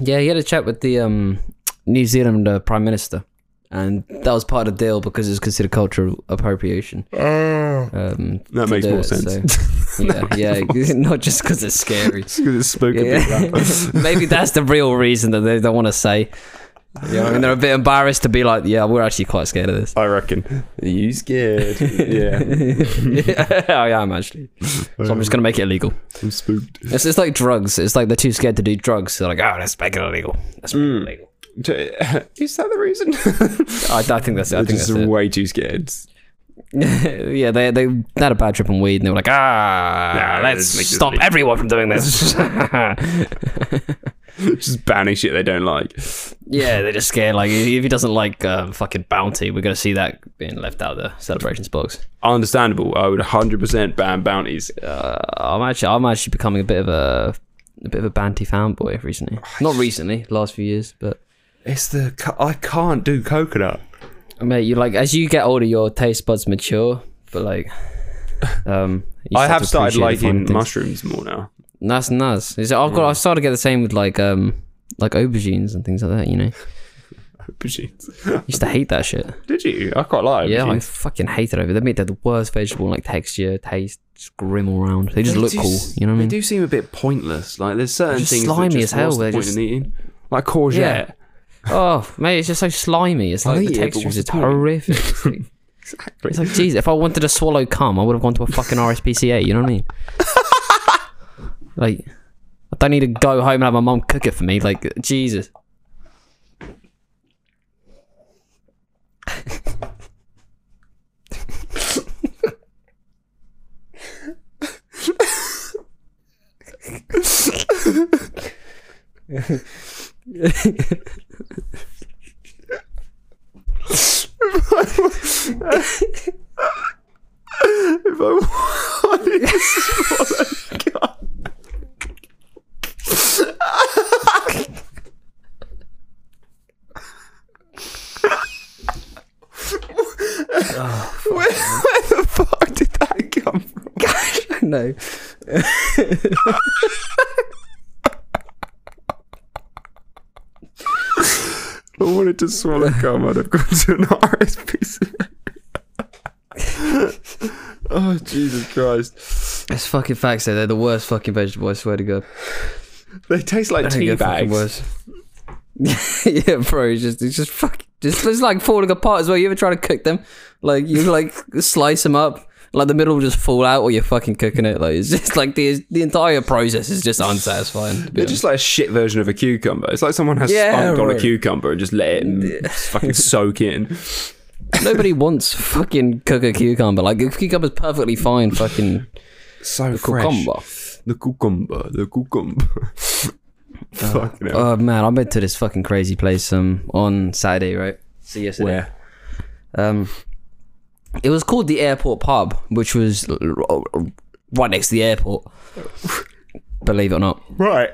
[SPEAKER 1] Yeah, he had a chat with the um, New Zealand uh, Prime Minister, and that was part of the deal because it's considered cultural appropriation. Um,
[SPEAKER 2] That
[SPEAKER 1] to
[SPEAKER 2] makes
[SPEAKER 1] do
[SPEAKER 2] more
[SPEAKER 1] it,
[SPEAKER 2] sense.
[SPEAKER 1] so- yeah, yeah, not just because it's scary.
[SPEAKER 2] Because it's spooking
[SPEAKER 1] Yeah.
[SPEAKER 2] people out.
[SPEAKER 1] Maybe that's the real reason that they don't want to say. Yeah, I mean, they're a bit embarrassed to be like, yeah, we're actually quite scared of this.
[SPEAKER 2] I reckon. Are you scared? yeah.
[SPEAKER 1] I am actually. So I'm just gonna make it illegal.
[SPEAKER 2] I'm spooked.
[SPEAKER 1] It's, it's like drugs. It's like they're too scared to do drugs. So they're like, oh, let's make it illegal. Let's make
[SPEAKER 3] Hmm.
[SPEAKER 1] it illegal.
[SPEAKER 2] Is that the reason?
[SPEAKER 1] I, I think that's it. I think that's
[SPEAKER 2] just
[SPEAKER 1] it.
[SPEAKER 2] way too scared.
[SPEAKER 1] yeah, they they had a bad trip on weed, and they were like, ah,
[SPEAKER 3] Nah,
[SPEAKER 1] let's
[SPEAKER 3] let's make it
[SPEAKER 1] stop
[SPEAKER 3] illegal."
[SPEAKER 1] everyone from doing this.
[SPEAKER 2] just banning shit they don't like.
[SPEAKER 1] Yeah, they're just scared. Like, if he doesn't like uh, fucking bounty, we're gonna see that being left out of the celebrations box.
[SPEAKER 2] Understandable. I would 100% ban bounties.
[SPEAKER 1] Uh, I'm actually, I'm actually becoming a bit of a, a bit of a bounty fanboy recently. Not recently, last few years, but
[SPEAKER 2] It's the co- I can't do coconut.
[SPEAKER 1] mate, you like as you get older, your taste buds mature. But like, um, you
[SPEAKER 2] I
[SPEAKER 1] start to
[SPEAKER 2] have
[SPEAKER 1] appreciate the
[SPEAKER 2] started
[SPEAKER 1] finer
[SPEAKER 2] liking
[SPEAKER 1] things.
[SPEAKER 2] mushrooms more now.
[SPEAKER 1] That's nuts. It's- I've got. I started to get the same with like um like aubergines and things like that. You know,
[SPEAKER 2] Aubergines.
[SPEAKER 1] used to hate that shit.
[SPEAKER 2] Did you? I quite like.
[SPEAKER 1] Yeah, I
[SPEAKER 2] aubergines.
[SPEAKER 1] fucking hate it over. They make they're the worst vegetable in, like texture, taste, just grim all round. They just look
[SPEAKER 2] do
[SPEAKER 1] cool.
[SPEAKER 2] s-
[SPEAKER 1] You know what I
[SPEAKER 2] They
[SPEAKER 1] mean?
[SPEAKER 2] do seem a bit pointless. Like there's certain
[SPEAKER 1] just
[SPEAKER 2] things
[SPEAKER 1] slimy
[SPEAKER 2] that
[SPEAKER 1] as
[SPEAKER 2] just
[SPEAKER 1] hell,
[SPEAKER 2] what's the
[SPEAKER 1] they're
[SPEAKER 2] point
[SPEAKER 1] just-
[SPEAKER 2] in eating. Like courgette.
[SPEAKER 1] Yeah. Oh, mate, it's just so slimy. It's like
[SPEAKER 2] eat
[SPEAKER 1] the
[SPEAKER 2] it, but
[SPEAKER 1] texture is
[SPEAKER 2] what's the
[SPEAKER 1] just
[SPEAKER 2] point?
[SPEAKER 1] horrific. It's like-
[SPEAKER 2] Exactly.
[SPEAKER 1] It's like, jeez, if I wanted to swallow cum, I would have gone to a fucking RSPCA. You know what I mean? like, I don't need to go home and have my mum cook it for me. Like, Jesus.
[SPEAKER 2] if I wanted to swallow cum. where, where the fuck did that come from?
[SPEAKER 1] no.
[SPEAKER 2] I wanted to swallow cum, I'd have gone to an RSPCA. oh, Jesus Christ.
[SPEAKER 1] It's fucking facts, though. They're the worst fucking vegetable, I swear to God.
[SPEAKER 2] They taste like
[SPEAKER 1] Don't
[SPEAKER 2] tea
[SPEAKER 1] get fucking
[SPEAKER 2] bags.
[SPEAKER 1] worse. yeah, bro, it's just it's just fucking just it's like falling apart as well. You ever try to cook them? Like you like slice them up, like the middle will just fall out, or you're fucking cooking it. Like it's just like the the entire process is just unsatisfying. to be
[SPEAKER 2] They're just like a shit version of a cucumber. It's like someone has
[SPEAKER 1] Yeah,
[SPEAKER 2] spunked on a
[SPEAKER 1] right.
[SPEAKER 2] cucumber and just let it m- fucking soak in.
[SPEAKER 1] honest. Nobody wants fucking cook a cucumber. Like a cucumber's perfectly fine. Fucking
[SPEAKER 2] So fresh.
[SPEAKER 1] cucumber.
[SPEAKER 2] The cucumber. The cucumber. fucking hell.
[SPEAKER 1] Oh man, I went to this fucking crazy place um on Saturday, right? So yesterday.
[SPEAKER 2] Where?
[SPEAKER 1] Um, it was called the Airport Pub, which was l- r- r- right next to the airport. Believe it or not,
[SPEAKER 2] Right.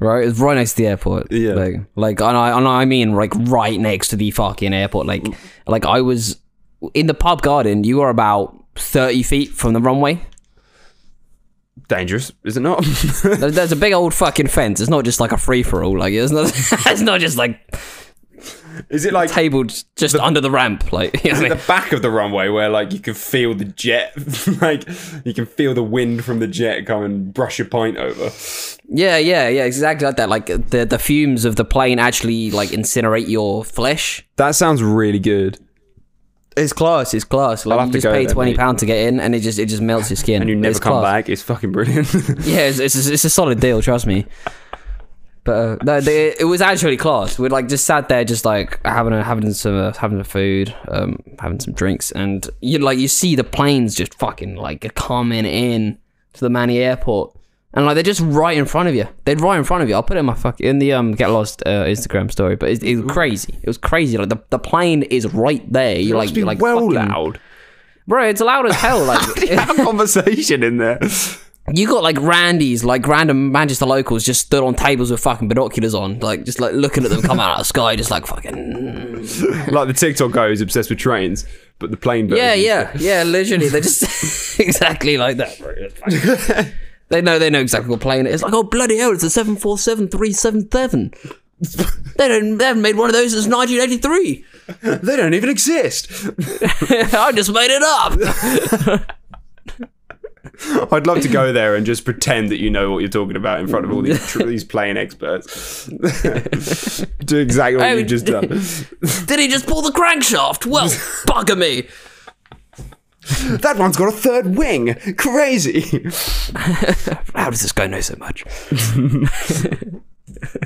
[SPEAKER 1] right? It's right next to the airport.
[SPEAKER 2] Yeah.
[SPEAKER 1] Like, like, and I, and I mean, like, right next to the fucking airport. Like, like I was in the pub garden. You were about thirty feet from the runway.
[SPEAKER 2] Dangerous, is it not?
[SPEAKER 1] There- There's a big old fucking fence. It's not just like a free for all. Like, it's not. it's not just like
[SPEAKER 2] is it like
[SPEAKER 1] tabled just under the ramp. Like, you know what I mean?
[SPEAKER 2] the back of the runway where like you can feel the jet, like you can feel the wind from the jet come and brush your pint over?
[SPEAKER 1] Yeah, yeah, yeah, exactly like that. Like uh, the the fumes of the plane actually like incinerate your flesh.
[SPEAKER 2] That sounds really good.
[SPEAKER 1] It's class. It's class. Like
[SPEAKER 2] I'll have
[SPEAKER 1] you
[SPEAKER 2] to
[SPEAKER 1] just
[SPEAKER 2] go
[SPEAKER 1] pay
[SPEAKER 2] there,
[SPEAKER 1] twenty
[SPEAKER 2] mate.
[SPEAKER 1] pound to get in, and it just it just melts your skin.
[SPEAKER 2] And you never
[SPEAKER 1] It's
[SPEAKER 2] come
[SPEAKER 1] class.
[SPEAKER 2] back. It's fucking brilliant.
[SPEAKER 1] Yeah, it's, it's it's a solid deal. Trust me. But uh, no, they, it was actually class. We like just sat there, just like having a, having some uh, having a food, um, having some drinks, and you like you see the planes just fucking like coming in to the Manny Airport, and like they're just right in front of you. They're right in front of you. I'll put it in my fuck in the um get lost uh, Instagram story, but it, it was crazy. It was crazy. Like the, the plane is right there. You like
[SPEAKER 2] Must be
[SPEAKER 1] you like
[SPEAKER 2] well
[SPEAKER 1] fucking-
[SPEAKER 2] loud.
[SPEAKER 1] bro. It's loud as hell. Like
[SPEAKER 2] Have a conversation in there.
[SPEAKER 1] you got like Randy's, like random Manchester locals just stood on tables with fucking binoculars on, like just like looking at them come out of the sky, just like fucking.
[SPEAKER 2] like the TikTok guy who's obsessed with trains, but the plane. Version.
[SPEAKER 1] Yeah, yeah, yeah, literally. They're just exactly like that, bro. It's fucking- they know they know exactly what plane it is. Like, oh, bloody hell, it's a 747377. they, don't, they haven't made one of those since 1983.
[SPEAKER 2] They don't even exist.
[SPEAKER 1] I just made it up.
[SPEAKER 2] I'd love to go there and just pretend that you know what you're talking about in front of all these tr- these plane experts. Do exactly what
[SPEAKER 1] Oh,
[SPEAKER 2] you've just done.
[SPEAKER 1] Did he just pull the crankshaft? Well, bugger me.
[SPEAKER 2] that one's got a third wing. Crazy.
[SPEAKER 1] How does this guy know so much?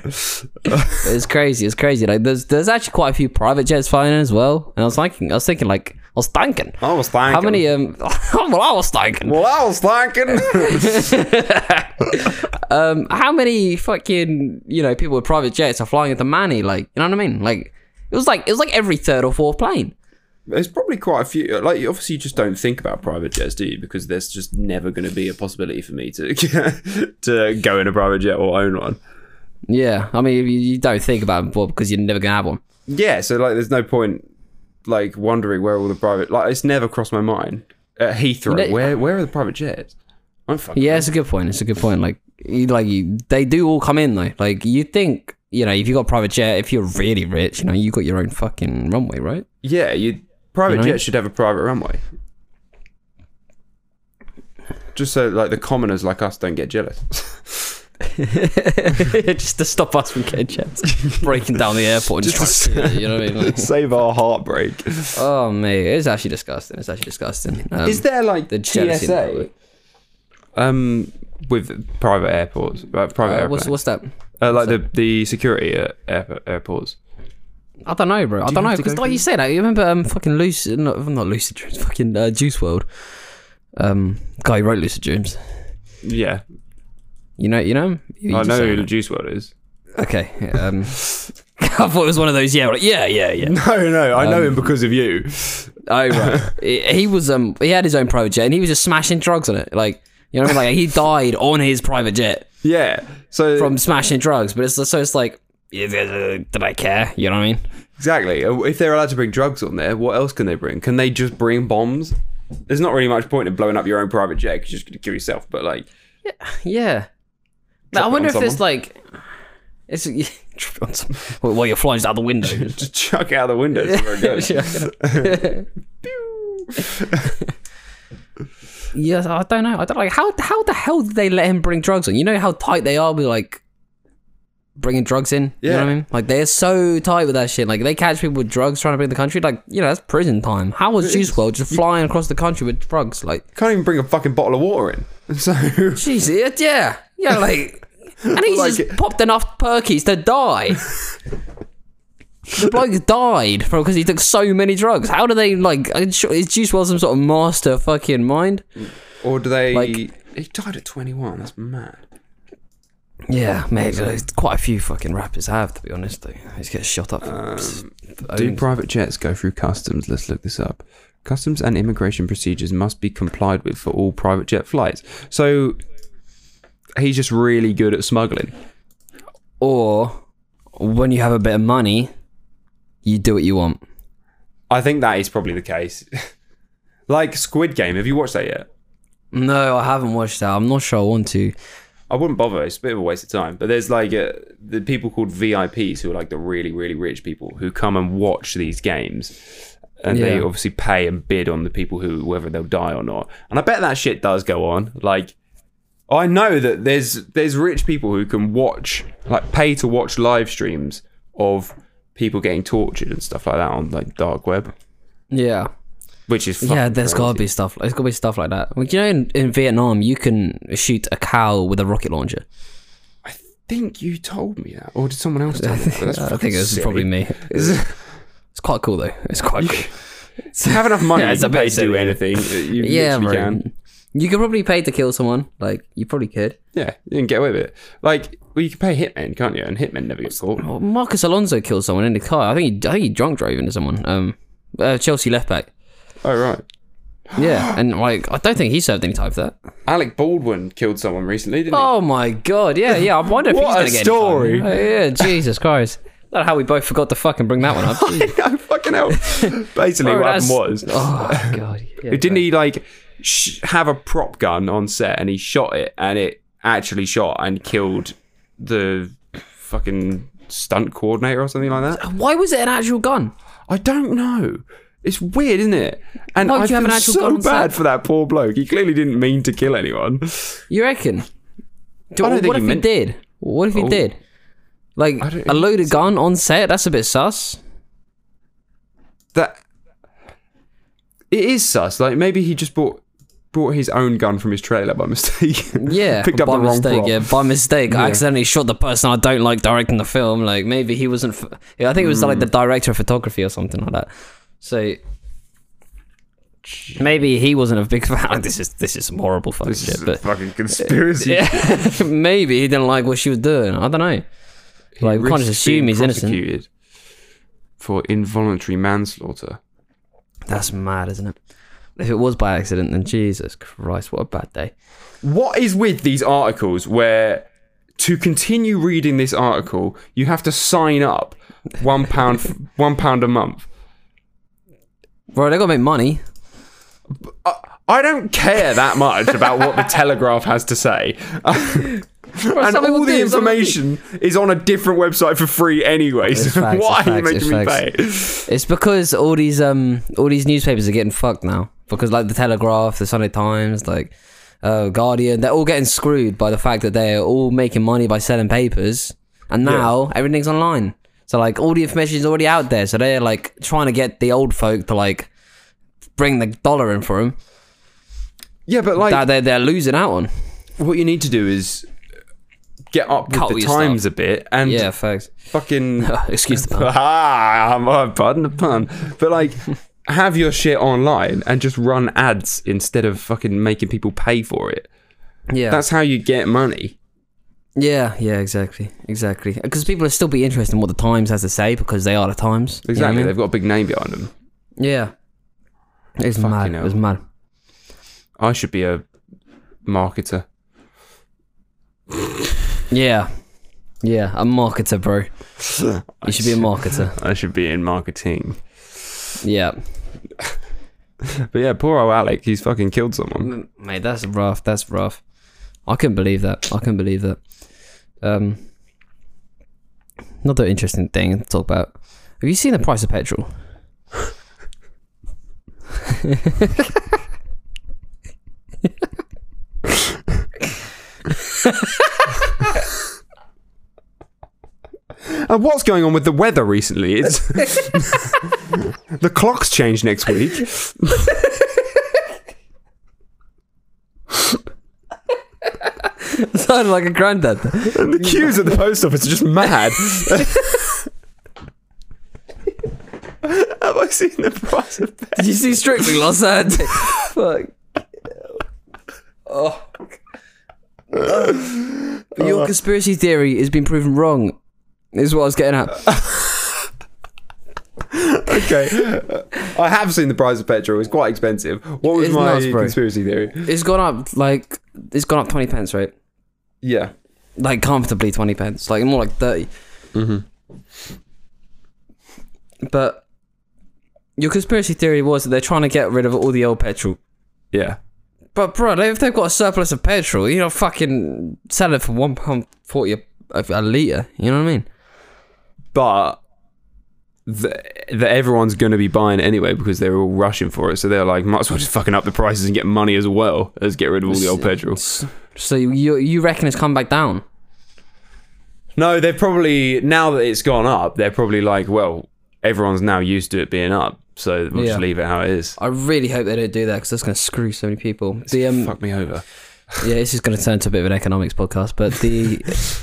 [SPEAKER 1] it's crazy. It's crazy. Like there's there's actually quite a few private jets flying in as well. And I was thinking, I was thinking like was thinking.
[SPEAKER 2] I was thinking.
[SPEAKER 1] How many? Um, well, I was thinking.
[SPEAKER 2] Well, I was thinking.
[SPEAKER 1] Um, how many fucking you know people with private jets are flying into Manny? Like, you know what I mean? Like, it was like it was like every third or fourth plane.
[SPEAKER 2] There's probably quite a few. Like, you- obviously, you just don't think about private jets, do you? Because there's just never going to be a possibility for me to to go in a private jet or own one.
[SPEAKER 1] Yeah, I mean, you, you don't think about it well, because you're never gonna have one.
[SPEAKER 2] Yeah, so like, there's no point like wondering where all the private like it's never crossed my mind. At Heathrow,
[SPEAKER 1] You know-
[SPEAKER 2] where where are the private jets? I'm fucking
[SPEAKER 1] Yeah, it's a good point. It's a good point. Like, you, like you, they do all come in though. Like, you think you know if you got a private jet, if you're really rich, you know, you got your own fucking runway, right?
[SPEAKER 2] Yeah, you private
[SPEAKER 1] You know?
[SPEAKER 2] jets should have a private runway. Just so like the commoners like us don't get jealous.
[SPEAKER 1] Just to stop us from getting jets, breaking down the airport. And
[SPEAKER 2] Just
[SPEAKER 1] trying to, you know what I mean? Like,
[SPEAKER 2] Save our heartbreak.
[SPEAKER 1] oh mate, it's actually disgusting. It's actually disgusting. Um,
[SPEAKER 2] Is there like
[SPEAKER 1] the
[SPEAKER 2] the
[SPEAKER 1] jealousy in
[SPEAKER 2] TSA?
[SPEAKER 1] public.
[SPEAKER 2] Um, with private airports, uh, private
[SPEAKER 1] uh,
[SPEAKER 2] airplanes,
[SPEAKER 1] what's what's that?
[SPEAKER 2] uh, like the the security at airp- airports.
[SPEAKER 1] I don't know, bro. I don't know
[SPEAKER 2] have to
[SPEAKER 1] because,
[SPEAKER 2] go
[SPEAKER 1] like you said, like, you remember um, fucking Lucid, not, not Lucid Dreams, fucking uh, Juice World. Um, guy who wrote Lucid Dreams.
[SPEAKER 2] Yeah,
[SPEAKER 1] You know, you know. him? You-
[SPEAKER 2] I
[SPEAKER 1] you
[SPEAKER 2] know
[SPEAKER 1] say
[SPEAKER 2] who the
[SPEAKER 1] him.
[SPEAKER 2] Juice World is.
[SPEAKER 1] Okay. Um, I thought it was one of those. Yeah, like, yeah, yeah, yeah.
[SPEAKER 2] No, no, I know
[SPEAKER 1] Um,
[SPEAKER 2] him because of you.
[SPEAKER 1] Oh right. he, he was um he had his own private jet and he was just smashing drugs on it. Like you know what I mean? Like he died on his private jet
[SPEAKER 2] Yeah, so
[SPEAKER 1] from smashing drugs. But it's so it's like yeah, uh, did I care? You know what I mean?
[SPEAKER 2] exactly. Uh, If they're allowed to bring drugs on there, what else can they bring? Can they just bring bombs? There's not really much point in blowing up your own private jet. 'cause You're just gonna kill yourself. But like,
[SPEAKER 1] Yeah. But
[SPEAKER 2] Drop
[SPEAKER 1] I
[SPEAKER 2] it
[SPEAKER 1] wonder if
[SPEAKER 2] on
[SPEAKER 1] it's
[SPEAKER 2] someone.
[SPEAKER 1] like it's drop it on some- while while you're flying out the window.
[SPEAKER 2] just chuck it out the window. see where it goes.
[SPEAKER 1] yes, I don't know. I don't like how how the hell did they let him bring drugs on? You know how tight they are with like bringing drugs in. You know what I
[SPEAKER 2] Yeah.
[SPEAKER 1] mean? Like they're so tight with that shit. Like they catch people with drugs trying to bring the country. Like you know that's prison time. How was Juice World just flying across the country with drugs? Like
[SPEAKER 2] Can't even bring a fucking bottle of water in. So
[SPEAKER 1] jeez, it- yeah, yeah, like. And he's
[SPEAKER 2] Like-
[SPEAKER 1] just popped enough perkies to die. the bloke died because he took so many drugs. How do they like? I'm sure- Is Juice World some sort of master fucking mind?
[SPEAKER 2] Or do they?
[SPEAKER 1] Like-
[SPEAKER 2] he died at 21. That's mad.
[SPEAKER 1] Yeah, mate. there's quite a few fucking rappers have, to be honest. Though, they just get shot up. For
[SPEAKER 2] Do private jets go through customs? Let's look this up. Customs and immigration procedures must be complied with for all private jet flights. So he's just really good at smuggling.
[SPEAKER 1] or when you have a bit of money, you do what you want.
[SPEAKER 2] I think that is probably the case. like Squid Game. Have you watched that yet?
[SPEAKER 1] No, I haven't watched that. I'm not sure I want to.
[SPEAKER 2] I wouldn't bother. It's a bit of a waste of time. But there's like uh the people called VIPs who are like the really, really rich people who come and watch these games. And they
[SPEAKER 1] Yeah.
[SPEAKER 2] obviously pay and bid on the people who, whether they'll die or not. And I bet that shit does go on. Like, I know that there's there's rich people who can watch, like, pay to watch live streams of people getting tortured and stuff like that on like dark web,
[SPEAKER 1] Yeah.
[SPEAKER 2] which is
[SPEAKER 1] Yeah,
[SPEAKER 2] fucking
[SPEAKER 1] there's
[SPEAKER 2] crazy.
[SPEAKER 1] gotta be stuff. There's gotta be stuff like that. Like, you know, in, in Vietnam, you can shoot a cow with a rocket launcher.
[SPEAKER 2] I think you told me that, or did someone else tell me that? That's
[SPEAKER 1] I think it was
[SPEAKER 2] fucking
[SPEAKER 1] probably
[SPEAKER 2] silly.
[SPEAKER 1] me. It's quite cool though. It's quite cool.
[SPEAKER 2] to have enough money
[SPEAKER 1] Yeah, it's
[SPEAKER 2] to
[SPEAKER 1] a bit
[SPEAKER 2] pay to do
[SPEAKER 1] silly.
[SPEAKER 2] anything. You
[SPEAKER 1] Yeah,
[SPEAKER 2] literally
[SPEAKER 1] bro.
[SPEAKER 2] can.
[SPEAKER 1] You could probably pay to kill someone. Like you probably could.
[SPEAKER 2] Yeah, you can get away with it. Like, well, you can pay hitmen, can't you? And hitmen never get caught.
[SPEAKER 1] Well, Marcus Alonso killed someone in the car. I think he, I think he drunk drove into someone. Um, uh, Chelsea left back.
[SPEAKER 2] Oh right.
[SPEAKER 1] Yeah, and like I don't think he served any time for that.
[SPEAKER 2] Alec Baldwin killed someone recently, didn't
[SPEAKER 1] Oh my god! Yeah, yeah. I wonder if
[SPEAKER 2] What
[SPEAKER 1] he's
[SPEAKER 2] a
[SPEAKER 1] gonna get
[SPEAKER 2] story.
[SPEAKER 1] Any time. Oh, yeah, Jesus Christ. I don't know how we both forgot to fucking bring that one up.
[SPEAKER 2] he? oh fucking hell! Basically,
[SPEAKER 1] Bro,
[SPEAKER 2] what
[SPEAKER 1] that's-
[SPEAKER 2] happened was,
[SPEAKER 1] Oh my god! Yeah,
[SPEAKER 2] didn't he like sh- have a prop gun on set and he shot it and it actually shot and killed the fucking stunt coordinator or something like that?
[SPEAKER 1] Why was it an actual gun?
[SPEAKER 2] I don't know. It's weird, isn't it? And
[SPEAKER 1] Why
[SPEAKER 2] I
[SPEAKER 1] would you
[SPEAKER 2] feel
[SPEAKER 1] have an actual gun
[SPEAKER 2] so
[SPEAKER 1] on set?
[SPEAKER 2] bad for that poor bloke. He clearly didn't mean to kill anyone.
[SPEAKER 1] You reckon? Do-
[SPEAKER 2] I don't think
[SPEAKER 1] what
[SPEAKER 2] he
[SPEAKER 1] if
[SPEAKER 2] meant-
[SPEAKER 1] he did? What if he
[SPEAKER 2] Oh.
[SPEAKER 1] did? Like
[SPEAKER 2] don't-
[SPEAKER 1] a loaded gun on set? That's a bit sus.
[SPEAKER 2] that it is sus. Like maybe he just bought brought his own gun from his trailer by mistake.
[SPEAKER 1] Yeah,
[SPEAKER 2] picked up
[SPEAKER 1] by
[SPEAKER 2] the wrong
[SPEAKER 1] mistake.
[SPEAKER 2] prop.
[SPEAKER 1] Yeah, by mistake, I accidentally shot the person I don't like directing the film. Like maybe
[SPEAKER 2] Hmm.
[SPEAKER 1] he wasn't. F- yeah, I think it was like the director of photography or something like that. So Maybe he wasn't a big fan. This is this is some horrible fucking
[SPEAKER 4] This
[SPEAKER 1] shit.
[SPEAKER 4] is a
[SPEAKER 1] But
[SPEAKER 4] fucking conspiracy.
[SPEAKER 1] yeah, maybe he didn't like what she was doing. I don't know. Like we can't just
[SPEAKER 2] risks being
[SPEAKER 1] assume he's innocent.
[SPEAKER 2] prosecuted for involuntary manslaughter.
[SPEAKER 1] That's mad, isn't it? If it was by accident, then Jesus Christ, what a bad day.
[SPEAKER 2] What is with these articles where to continue reading this article you have to sign up one pound one pound a month?
[SPEAKER 1] Bro, they gotta make money.
[SPEAKER 2] I don't care that much about what the Telegraph has to say. and
[SPEAKER 1] some people
[SPEAKER 2] all the
[SPEAKER 1] do, some people
[SPEAKER 2] information is on a different website for free anyway. So
[SPEAKER 1] facts,
[SPEAKER 2] why
[SPEAKER 1] it's
[SPEAKER 2] are you
[SPEAKER 1] facts, it's
[SPEAKER 2] making me
[SPEAKER 1] facts.
[SPEAKER 2] pay?
[SPEAKER 1] It's because all these um all these newspapers are getting fucked now. Because like the Telegraph, the Sunday Times, like uh, Guardian, they're all getting screwed by the fact that they're all making money by selling papers, and now everything's online. So like all the information is already out there. So they're like trying to get the old folk to like bring the dollar in for them
[SPEAKER 2] Yeah, but like
[SPEAKER 1] that they're, they're losing out on.
[SPEAKER 2] what you need to do is get up with
[SPEAKER 1] Cut all
[SPEAKER 2] the
[SPEAKER 1] your
[SPEAKER 2] times a bit and
[SPEAKER 1] Yeah, facts.
[SPEAKER 2] fucking
[SPEAKER 1] Oh, Excuse the pun.
[SPEAKER 2] ah, my- pardon the pun, but like have your shit online and just run ads instead of fucking making people pay for it.
[SPEAKER 1] Yeah,
[SPEAKER 2] That's how you get money.
[SPEAKER 1] yeah, yeah. Exactly, exactly. Because people will still be interested in what the Times has to say because they are the Times. You know what I
[SPEAKER 2] Exactly.
[SPEAKER 1] mean?
[SPEAKER 2] They've got a big name behind them.
[SPEAKER 1] Yeah. It's
[SPEAKER 2] Fucking
[SPEAKER 1] mad. It
[SPEAKER 2] hell.
[SPEAKER 1] was mad.
[SPEAKER 2] I should be a marketer.
[SPEAKER 1] Yeah. Yeah, a marketer, bro. You should be a marketer.
[SPEAKER 2] I should be in marketing.
[SPEAKER 1] Yeah.
[SPEAKER 2] But yeah, poor old Alec, he's fucking killed someone.
[SPEAKER 1] Mate, that's rough. That's rough. I couldn't believe that. I couldn't believe that. Um, another interesting thing to talk about. Have you seen the price of petrol?
[SPEAKER 2] And Uh, what's going on with the weather recently? It's the clocks change next week.
[SPEAKER 1] Sounded like a granddad.
[SPEAKER 2] And the queues at the post office are just mad. Have I seen the price of petrol?
[SPEAKER 1] Did you see Strictly last Saturday? Fuck. Oh. But your conspiracy theory has been proven wrong. Is what I was getting at.
[SPEAKER 2] Okay. I have seen the price of petrol. It's quite expensive. What was
[SPEAKER 1] It's
[SPEAKER 2] my
[SPEAKER 1] nuts, bro.
[SPEAKER 2] conspiracy theory?
[SPEAKER 1] It's gone up like it's gone up twenty pence, right?
[SPEAKER 2] Yeah.
[SPEAKER 1] Like comfortably twenty pence, like more like 30 Mm-hmm. But your conspiracy theory was that they're trying to get rid of all the old petrol.
[SPEAKER 2] Yeah.
[SPEAKER 1] But bro, they- if they've got a surplus of petrol, you know, fucking sell it for one pound forty a, a, a liter. You know what I mean?
[SPEAKER 2] But the, the, everyone's going to be buying it anyway because they're all rushing for it. So they're like, might as well just fucking up the prices and get money as well as get rid of all the old petrol.
[SPEAKER 1] So you you reckon it's come back down?
[SPEAKER 2] No, they've probably now that it's gone up, they're probably like, well, everyone's now used to it being up, so we'll
[SPEAKER 1] Yeah.
[SPEAKER 2] just leave it how it is.
[SPEAKER 1] I really hope they don't do that because that's going to screw so many people. The um,
[SPEAKER 2] Fuck me over.
[SPEAKER 1] yeah, this is going to turn into a bit of an economics podcast, but the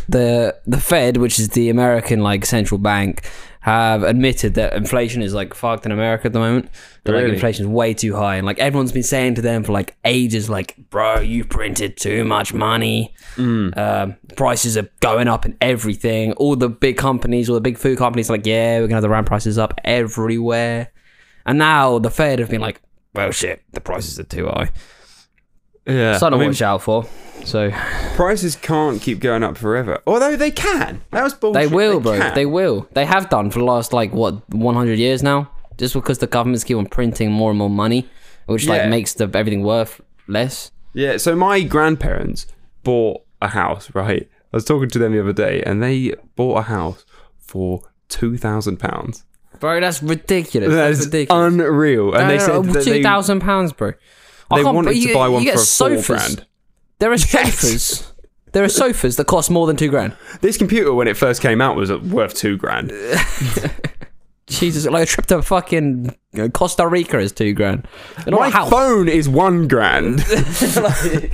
[SPEAKER 1] the the Fed, which is the American like central bank, have admitted that inflation is like fucked in America at the moment. That, Like
[SPEAKER 2] Really?
[SPEAKER 1] inflation's way too high, and like everyone's been saying to them for like ages, like bro, you printed too much money. Um, prices are going up in everything. All the big companies, all the big food companies, are like yeah, we're gonna have the rent prices up everywhere. And now the Fed have been like, well, shit, the prices are too high.
[SPEAKER 2] Yeah,
[SPEAKER 1] Something
[SPEAKER 2] I
[SPEAKER 1] to
[SPEAKER 2] mean,
[SPEAKER 1] watch out for. So.
[SPEAKER 2] prices can't keep going up forever. Although they can. That was
[SPEAKER 1] They
[SPEAKER 2] bullshit.
[SPEAKER 1] will, bro.
[SPEAKER 2] can.
[SPEAKER 1] They will. They have done for the last like what 100 years now. Just because the governments keep on printing more and more money, which
[SPEAKER 2] Yeah.
[SPEAKER 1] like makes the everything worth less.
[SPEAKER 2] Yeah, so my grandparents bought a house, right? I was talking to them the other day, and they bought a house for two thousand pounds.
[SPEAKER 1] Bro, that's ridiculous.
[SPEAKER 2] That
[SPEAKER 1] That's,
[SPEAKER 2] is
[SPEAKER 1] ridiculous. Uh,
[SPEAKER 2] unreal. And they said that
[SPEAKER 1] two
[SPEAKER 2] they,
[SPEAKER 1] thousand pounds, bro. I
[SPEAKER 2] they
[SPEAKER 1] can't-
[SPEAKER 2] wanted
[SPEAKER 1] you-
[SPEAKER 2] to buy one
[SPEAKER 1] you
[SPEAKER 2] for
[SPEAKER 1] get
[SPEAKER 2] a
[SPEAKER 1] sofas.
[SPEAKER 2] four grand.
[SPEAKER 1] There are sofas. There are sofas that cost more than two grand.
[SPEAKER 2] This computer, when it first came out, was worth two grand.
[SPEAKER 1] Jesus, like a trip to fucking uh, Costa Rica is two grand. And all
[SPEAKER 2] My
[SPEAKER 1] a house.
[SPEAKER 2] phone is one grand.
[SPEAKER 1] Like,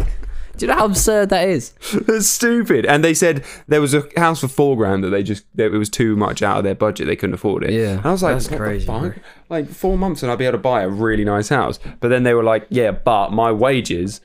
[SPEAKER 1] Do you know how absurd that is?
[SPEAKER 2] That's stupid. And they said there was a house for four grand that they just that it was too much out of their budget. They couldn't afford it.
[SPEAKER 1] Yeah,
[SPEAKER 2] and I was like,
[SPEAKER 1] that's
[SPEAKER 2] what the
[SPEAKER 1] crazy,
[SPEAKER 2] fuck?
[SPEAKER 1] bro.
[SPEAKER 2] Like four months and I'd be able to buy a really nice house. But then they were like, yeah, but my wages,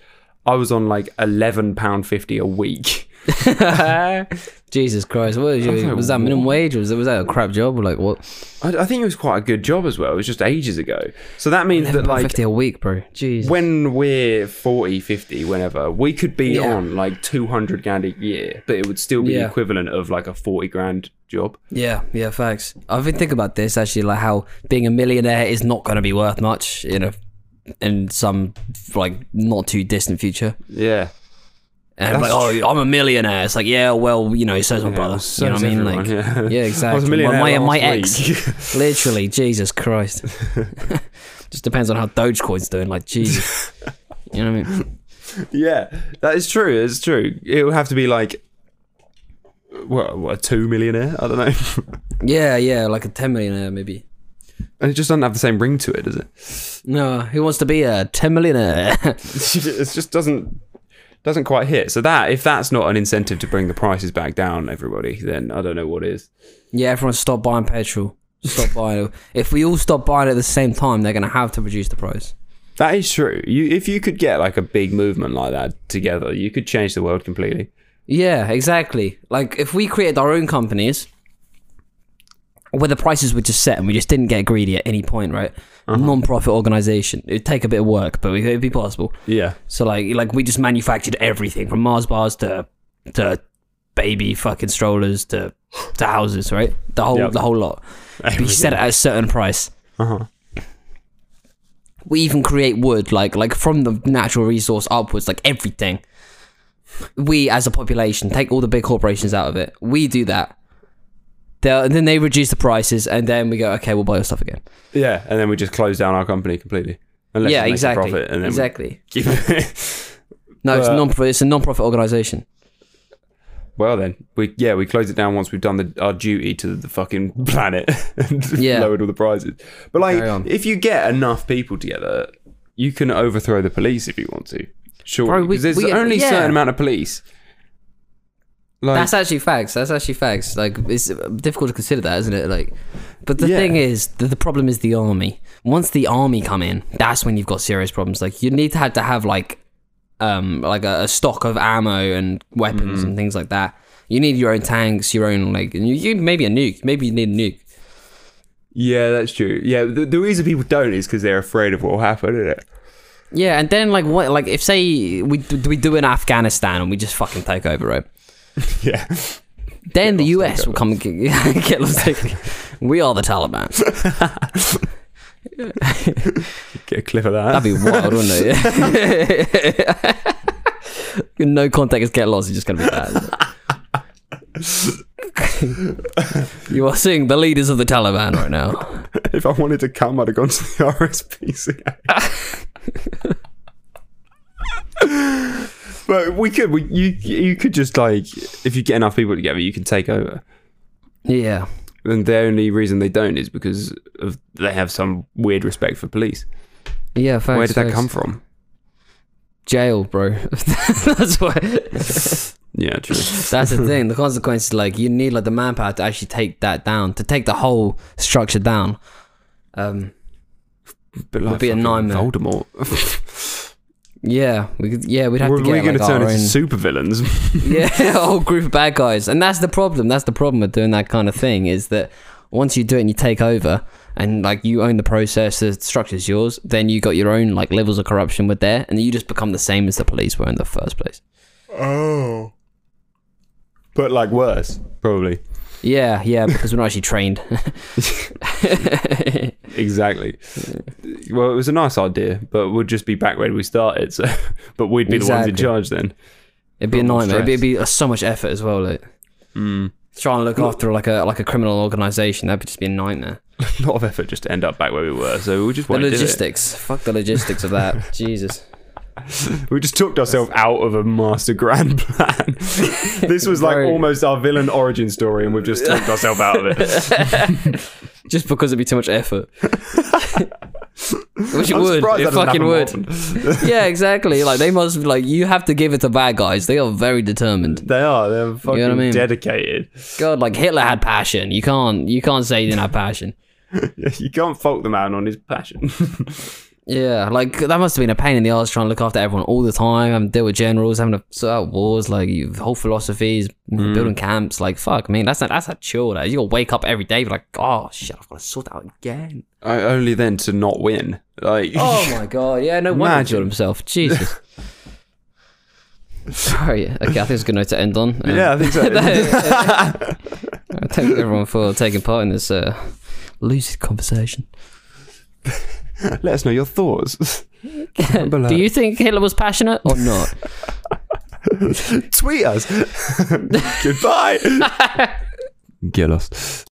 [SPEAKER 2] I was on like eleven pound fifty a week.
[SPEAKER 1] Jesus Christ! What was, you,
[SPEAKER 2] like,
[SPEAKER 1] was that minimum wage? Or was that, was that a crap job? Or like what?
[SPEAKER 2] I, I think it was quite a good job as well. It was just ages ago. So that means that like
[SPEAKER 1] Fifty a week, bro. Jeez.
[SPEAKER 2] when we're 40 50 whenever we could be
[SPEAKER 1] Yeah.
[SPEAKER 2] on like 200 grand a year but it would still be the
[SPEAKER 1] Yeah.
[SPEAKER 2] equivalent of like a 40 grand job
[SPEAKER 1] yeah, yeah, facts. I've been thinking about this actually, like how being a millionaire is not going to be worth much in a in some like not too distant future.
[SPEAKER 2] yeah
[SPEAKER 1] And
[SPEAKER 2] That's
[SPEAKER 1] like, oh, I'm a millionaire. It's like, yeah, well, you know, so's my brother.
[SPEAKER 2] so
[SPEAKER 1] you know what I
[SPEAKER 2] is
[SPEAKER 1] mean? Like,
[SPEAKER 2] everyone,
[SPEAKER 1] yeah.
[SPEAKER 2] yeah. I was a
[SPEAKER 1] exactly.
[SPEAKER 2] millionaire
[SPEAKER 1] my my, my
[SPEAKER 2] last
[SPEAKER 1] ex, literally, Jesus Christ. Just depends on how Dogecoin's doing. Like, Jesus, you know what I mean?
[SPEAKER 2] yeah that is true it's true it would have to be like what, what a two millionaire i don't know
[SPEAKER 1] Yeah, yeah, like a ten millionaire maybe.
[SPEAKER 2] and it just doesn't have the same ring to it does it
[SPEAKER 1] No, who wants to be a ten millionaire?
[SPEAKER 2] it just doesn't doesn't quite hit so that if that's not an incentive to bring the prices back down everybody then i don't know what is
[SPEAKER 1] yeah, everyone stop buying petrol. Stop buying. it. If we all stop buying at the same time, they're gonna have to reduce the price.
[SPEAKER 2] That is true. You, if you could get like a big movement like that together, you could change the world completely.
[SPEAKER 1] Yeah, exactly. Like if we created our own companies where the prices were just set and we just didn't get greedy at any point, right? Non-profit organization. It'd take a bit of work, but it'd be possible.
[SPEAKER 2] Yeah.
[SPEAKER 1] So like like we just manufactured everything from Mars bars to to baby fucking strollers to to houses, right? The whole
[SPEAKER 2] Yep.
[SPEAKER 1] the whole lot. We set it at a certain price.
[SPEAKER 2] Uh-huh.
[SPEAKER 1] We even create wood, like like from the natural resource upwards, like everything. We as a population take all the big corporations out of it. We do that. They'll, and then they reduce the prices, and then we go, okay, we'll buy your stuff again.
[SPEAKER 2] Yeah. And then we just close down our company completely. Unless
[SPEAKER 1] yeah,
[SPEAKER 2] it makes a
[SPEAKER 1] exactly.
[SPEAKER 2] profit and then we
[SPEAKER 1] exactly.
[SPEAKER 2] keep it.
[SPEAKER 1] No, it's
[SPEAKER 2] Uh,
[SPEAKER 1] a non-profit. It's a non-profit organization.
[SPEAKER 2] well then, we yeah we close it down once we've done the, our duty to the fucking planet and
[SPEAKER 1] Yeah.
[SPEAKER 2] lowered all the prices. But
[SPEAKER 1] Carry
[SPEAKER 2] like,
[SPEAKER 1] on.
[SPEAKER 2] if you get enough people together, you can overthrow the police if you want to. Sure,
[SPEAKER 1] Bro, we-
[SPEAKER 2] because there's
[SPEAKER 1] we-
[SPEAKER 2] only a
[SPEAKER 1] yeah.
[SPEAKER 2] certain amount of police. Like,
[SPEAKER 1] That's actually facts. That's actually facts. Like it's difficult to consider that, isn't it? Like, but the
[SPEAKER 2] Yeah.
[SPEAKER 1] thing is, the, the problem is the army. Once the army come in, that's when you've got serious problems. Like you need to have to have like, um, like a, a stock of ammo and weapons and things like that. You need your own tanks, your own like, and you, you maybe a nuke. Maybe you need a nuke.
[SPEAKER 2] yeah, that's true. Yeah, the, the reason people don't is because they're afraid of what will happen, isn't it?
[SPEAKER 1] Yeah, and then like what? Like if say we d- we do in Afghanistan and we just fucking take over, right?
[SPEAKER 2] Yeah.
[SPEAKER 1] Then the US will come and get, get us taken. We are the Taliban.
[SPEAKER 2] Get a clip of that.
[SPEAKER 1] That'd be wild, wouldn't it? no context, get lost. It's just gonna be bad. you are seeing the leaders of the Taliban right now.
[SPEAKER 2] if I wanted to come, I'd have gone to the RSPCA. but we could. We, you you could just like if you get enough people together, you can take over.
[SPEAKER 1] Yeah,
[SPEAKER 2] And the only reason they don't is because of they have some weird respect for police.
[SPEAKER 1] yeah. Facts,
[SPEAKER 2] Where did that
[SPEAKER 1] facts.
[SPEAKER 2] come from?
[SPEAKER 1] Jail, bro. that's why.
[SPEAKER 2] Yeah, true.
[SPEAKER 1] That's the thing. The consequence is like you need like the manpower to actually take that down, to take the whole structure down. Um.
[SPEAKER 2] But like
[SPEAKER 1] Would be a
[SPEAKER 2] fucking
[SPEAKER 1] nightmare.
[SPEAKER 2] Voldemort.
[SPEAKER 1] Yeah. We could. Yeah. We'd have
[SPEAKER 2] We're,
[SPEAKER 1] to get
[SPEAKER 2] going
[SPEAKER 1] like,
[SPEAKER 2] to turn
[SPEAKER 1] our
[SPEAKER 2] into
[SPEAKER 1] own-
[SPEAKER 2] supervillains.
[SPEAKER 1] yeah, a whole group of bad guys, and that's the problem. That's the problem with doing that kind of thing is that once you do it and you take over, and like you own the process, the structure's yours. Then you got your own like levels of corruption with there, and you just become the same as the police were in the first place.
[SPEAKER 2] oh. But like worse, probably.
[SPEAKER 1] Yeah, yeah, because we're not actually trained.
[SPEAKER 2] Exactly. Well, it was a nice idea, but we'd just be back where we started. So, but we'd be the ones in
[SPEAKER 1] Exactly.
[SPEAKER 2] charge then.
[SPEAKER 1] It'd be a
[SPEAKER 2] Got more
[SPEAKER 1] nightmare. It'd be,
[SPEAKER 2] stress. Hmm.
[SPEAKER 1] it'd be uh, so much effort as well. Like trying to look after like a like a criminal organization, that'd just be a nightmare.
[SPEAKER 2] A lot of effort just to end up back where we were. So we just
[SPEAKER 1] The
[SPEAKER 2] won't do
[SPEAKER 1] logistics, fuck the logistics of that. Jesus.
[SPEAKER 2] it. We just talked ourselves out of a master grand plan. this was like
[SPEAKER 1] Bro.
[SPEAKER 2] almost our villain origin story, and we've just talked ourselves out of it.
[SPEAKER 1] just because it'd be too much effort. Which it would. It fucking would. yeah, exactly. Like they must like you have to give it to bad guys. They are very determined.
[SPEAKER 4] They are. They're fucking
[SPEAKER 1] I mean?
[SPEAKER 4] dedicated.
[SPEAKER 1] God, like Hitler had passion. You can't you can't say he didn't have passion.
[SPEAKER 4] You can't fault the man on his passion.
[SPEAKER 1] Yeah, like that must have been a pain in the ass trying to look after everyone all the time, having to deal with generals, having to sort out wars, like your whole philosophies, building camps. Like fuck, man, that's not that's not chill. That you gotta wake up every day, be like, oh shit, I've got to sort that out again.
[SPEAKER 2] I, only then to not win. Like,
[SPEAKER 1] Oh my god, yeah, no wonder he killed himself. Jesus. Sorry. Okay, I think it's a good note to end on. Um,
[SPEAKER 4] yeah, I think so.
[SPEAKER 1] I thank everyone for taking part in this uh, lucid conversation.
[SPEAKER 2] let us know your thoughts. Uh,
[SPEAKER 1] Do you think Hitler was passionate or not?
[SPEAKER 2] Tweet us. Goodbye. Get lost.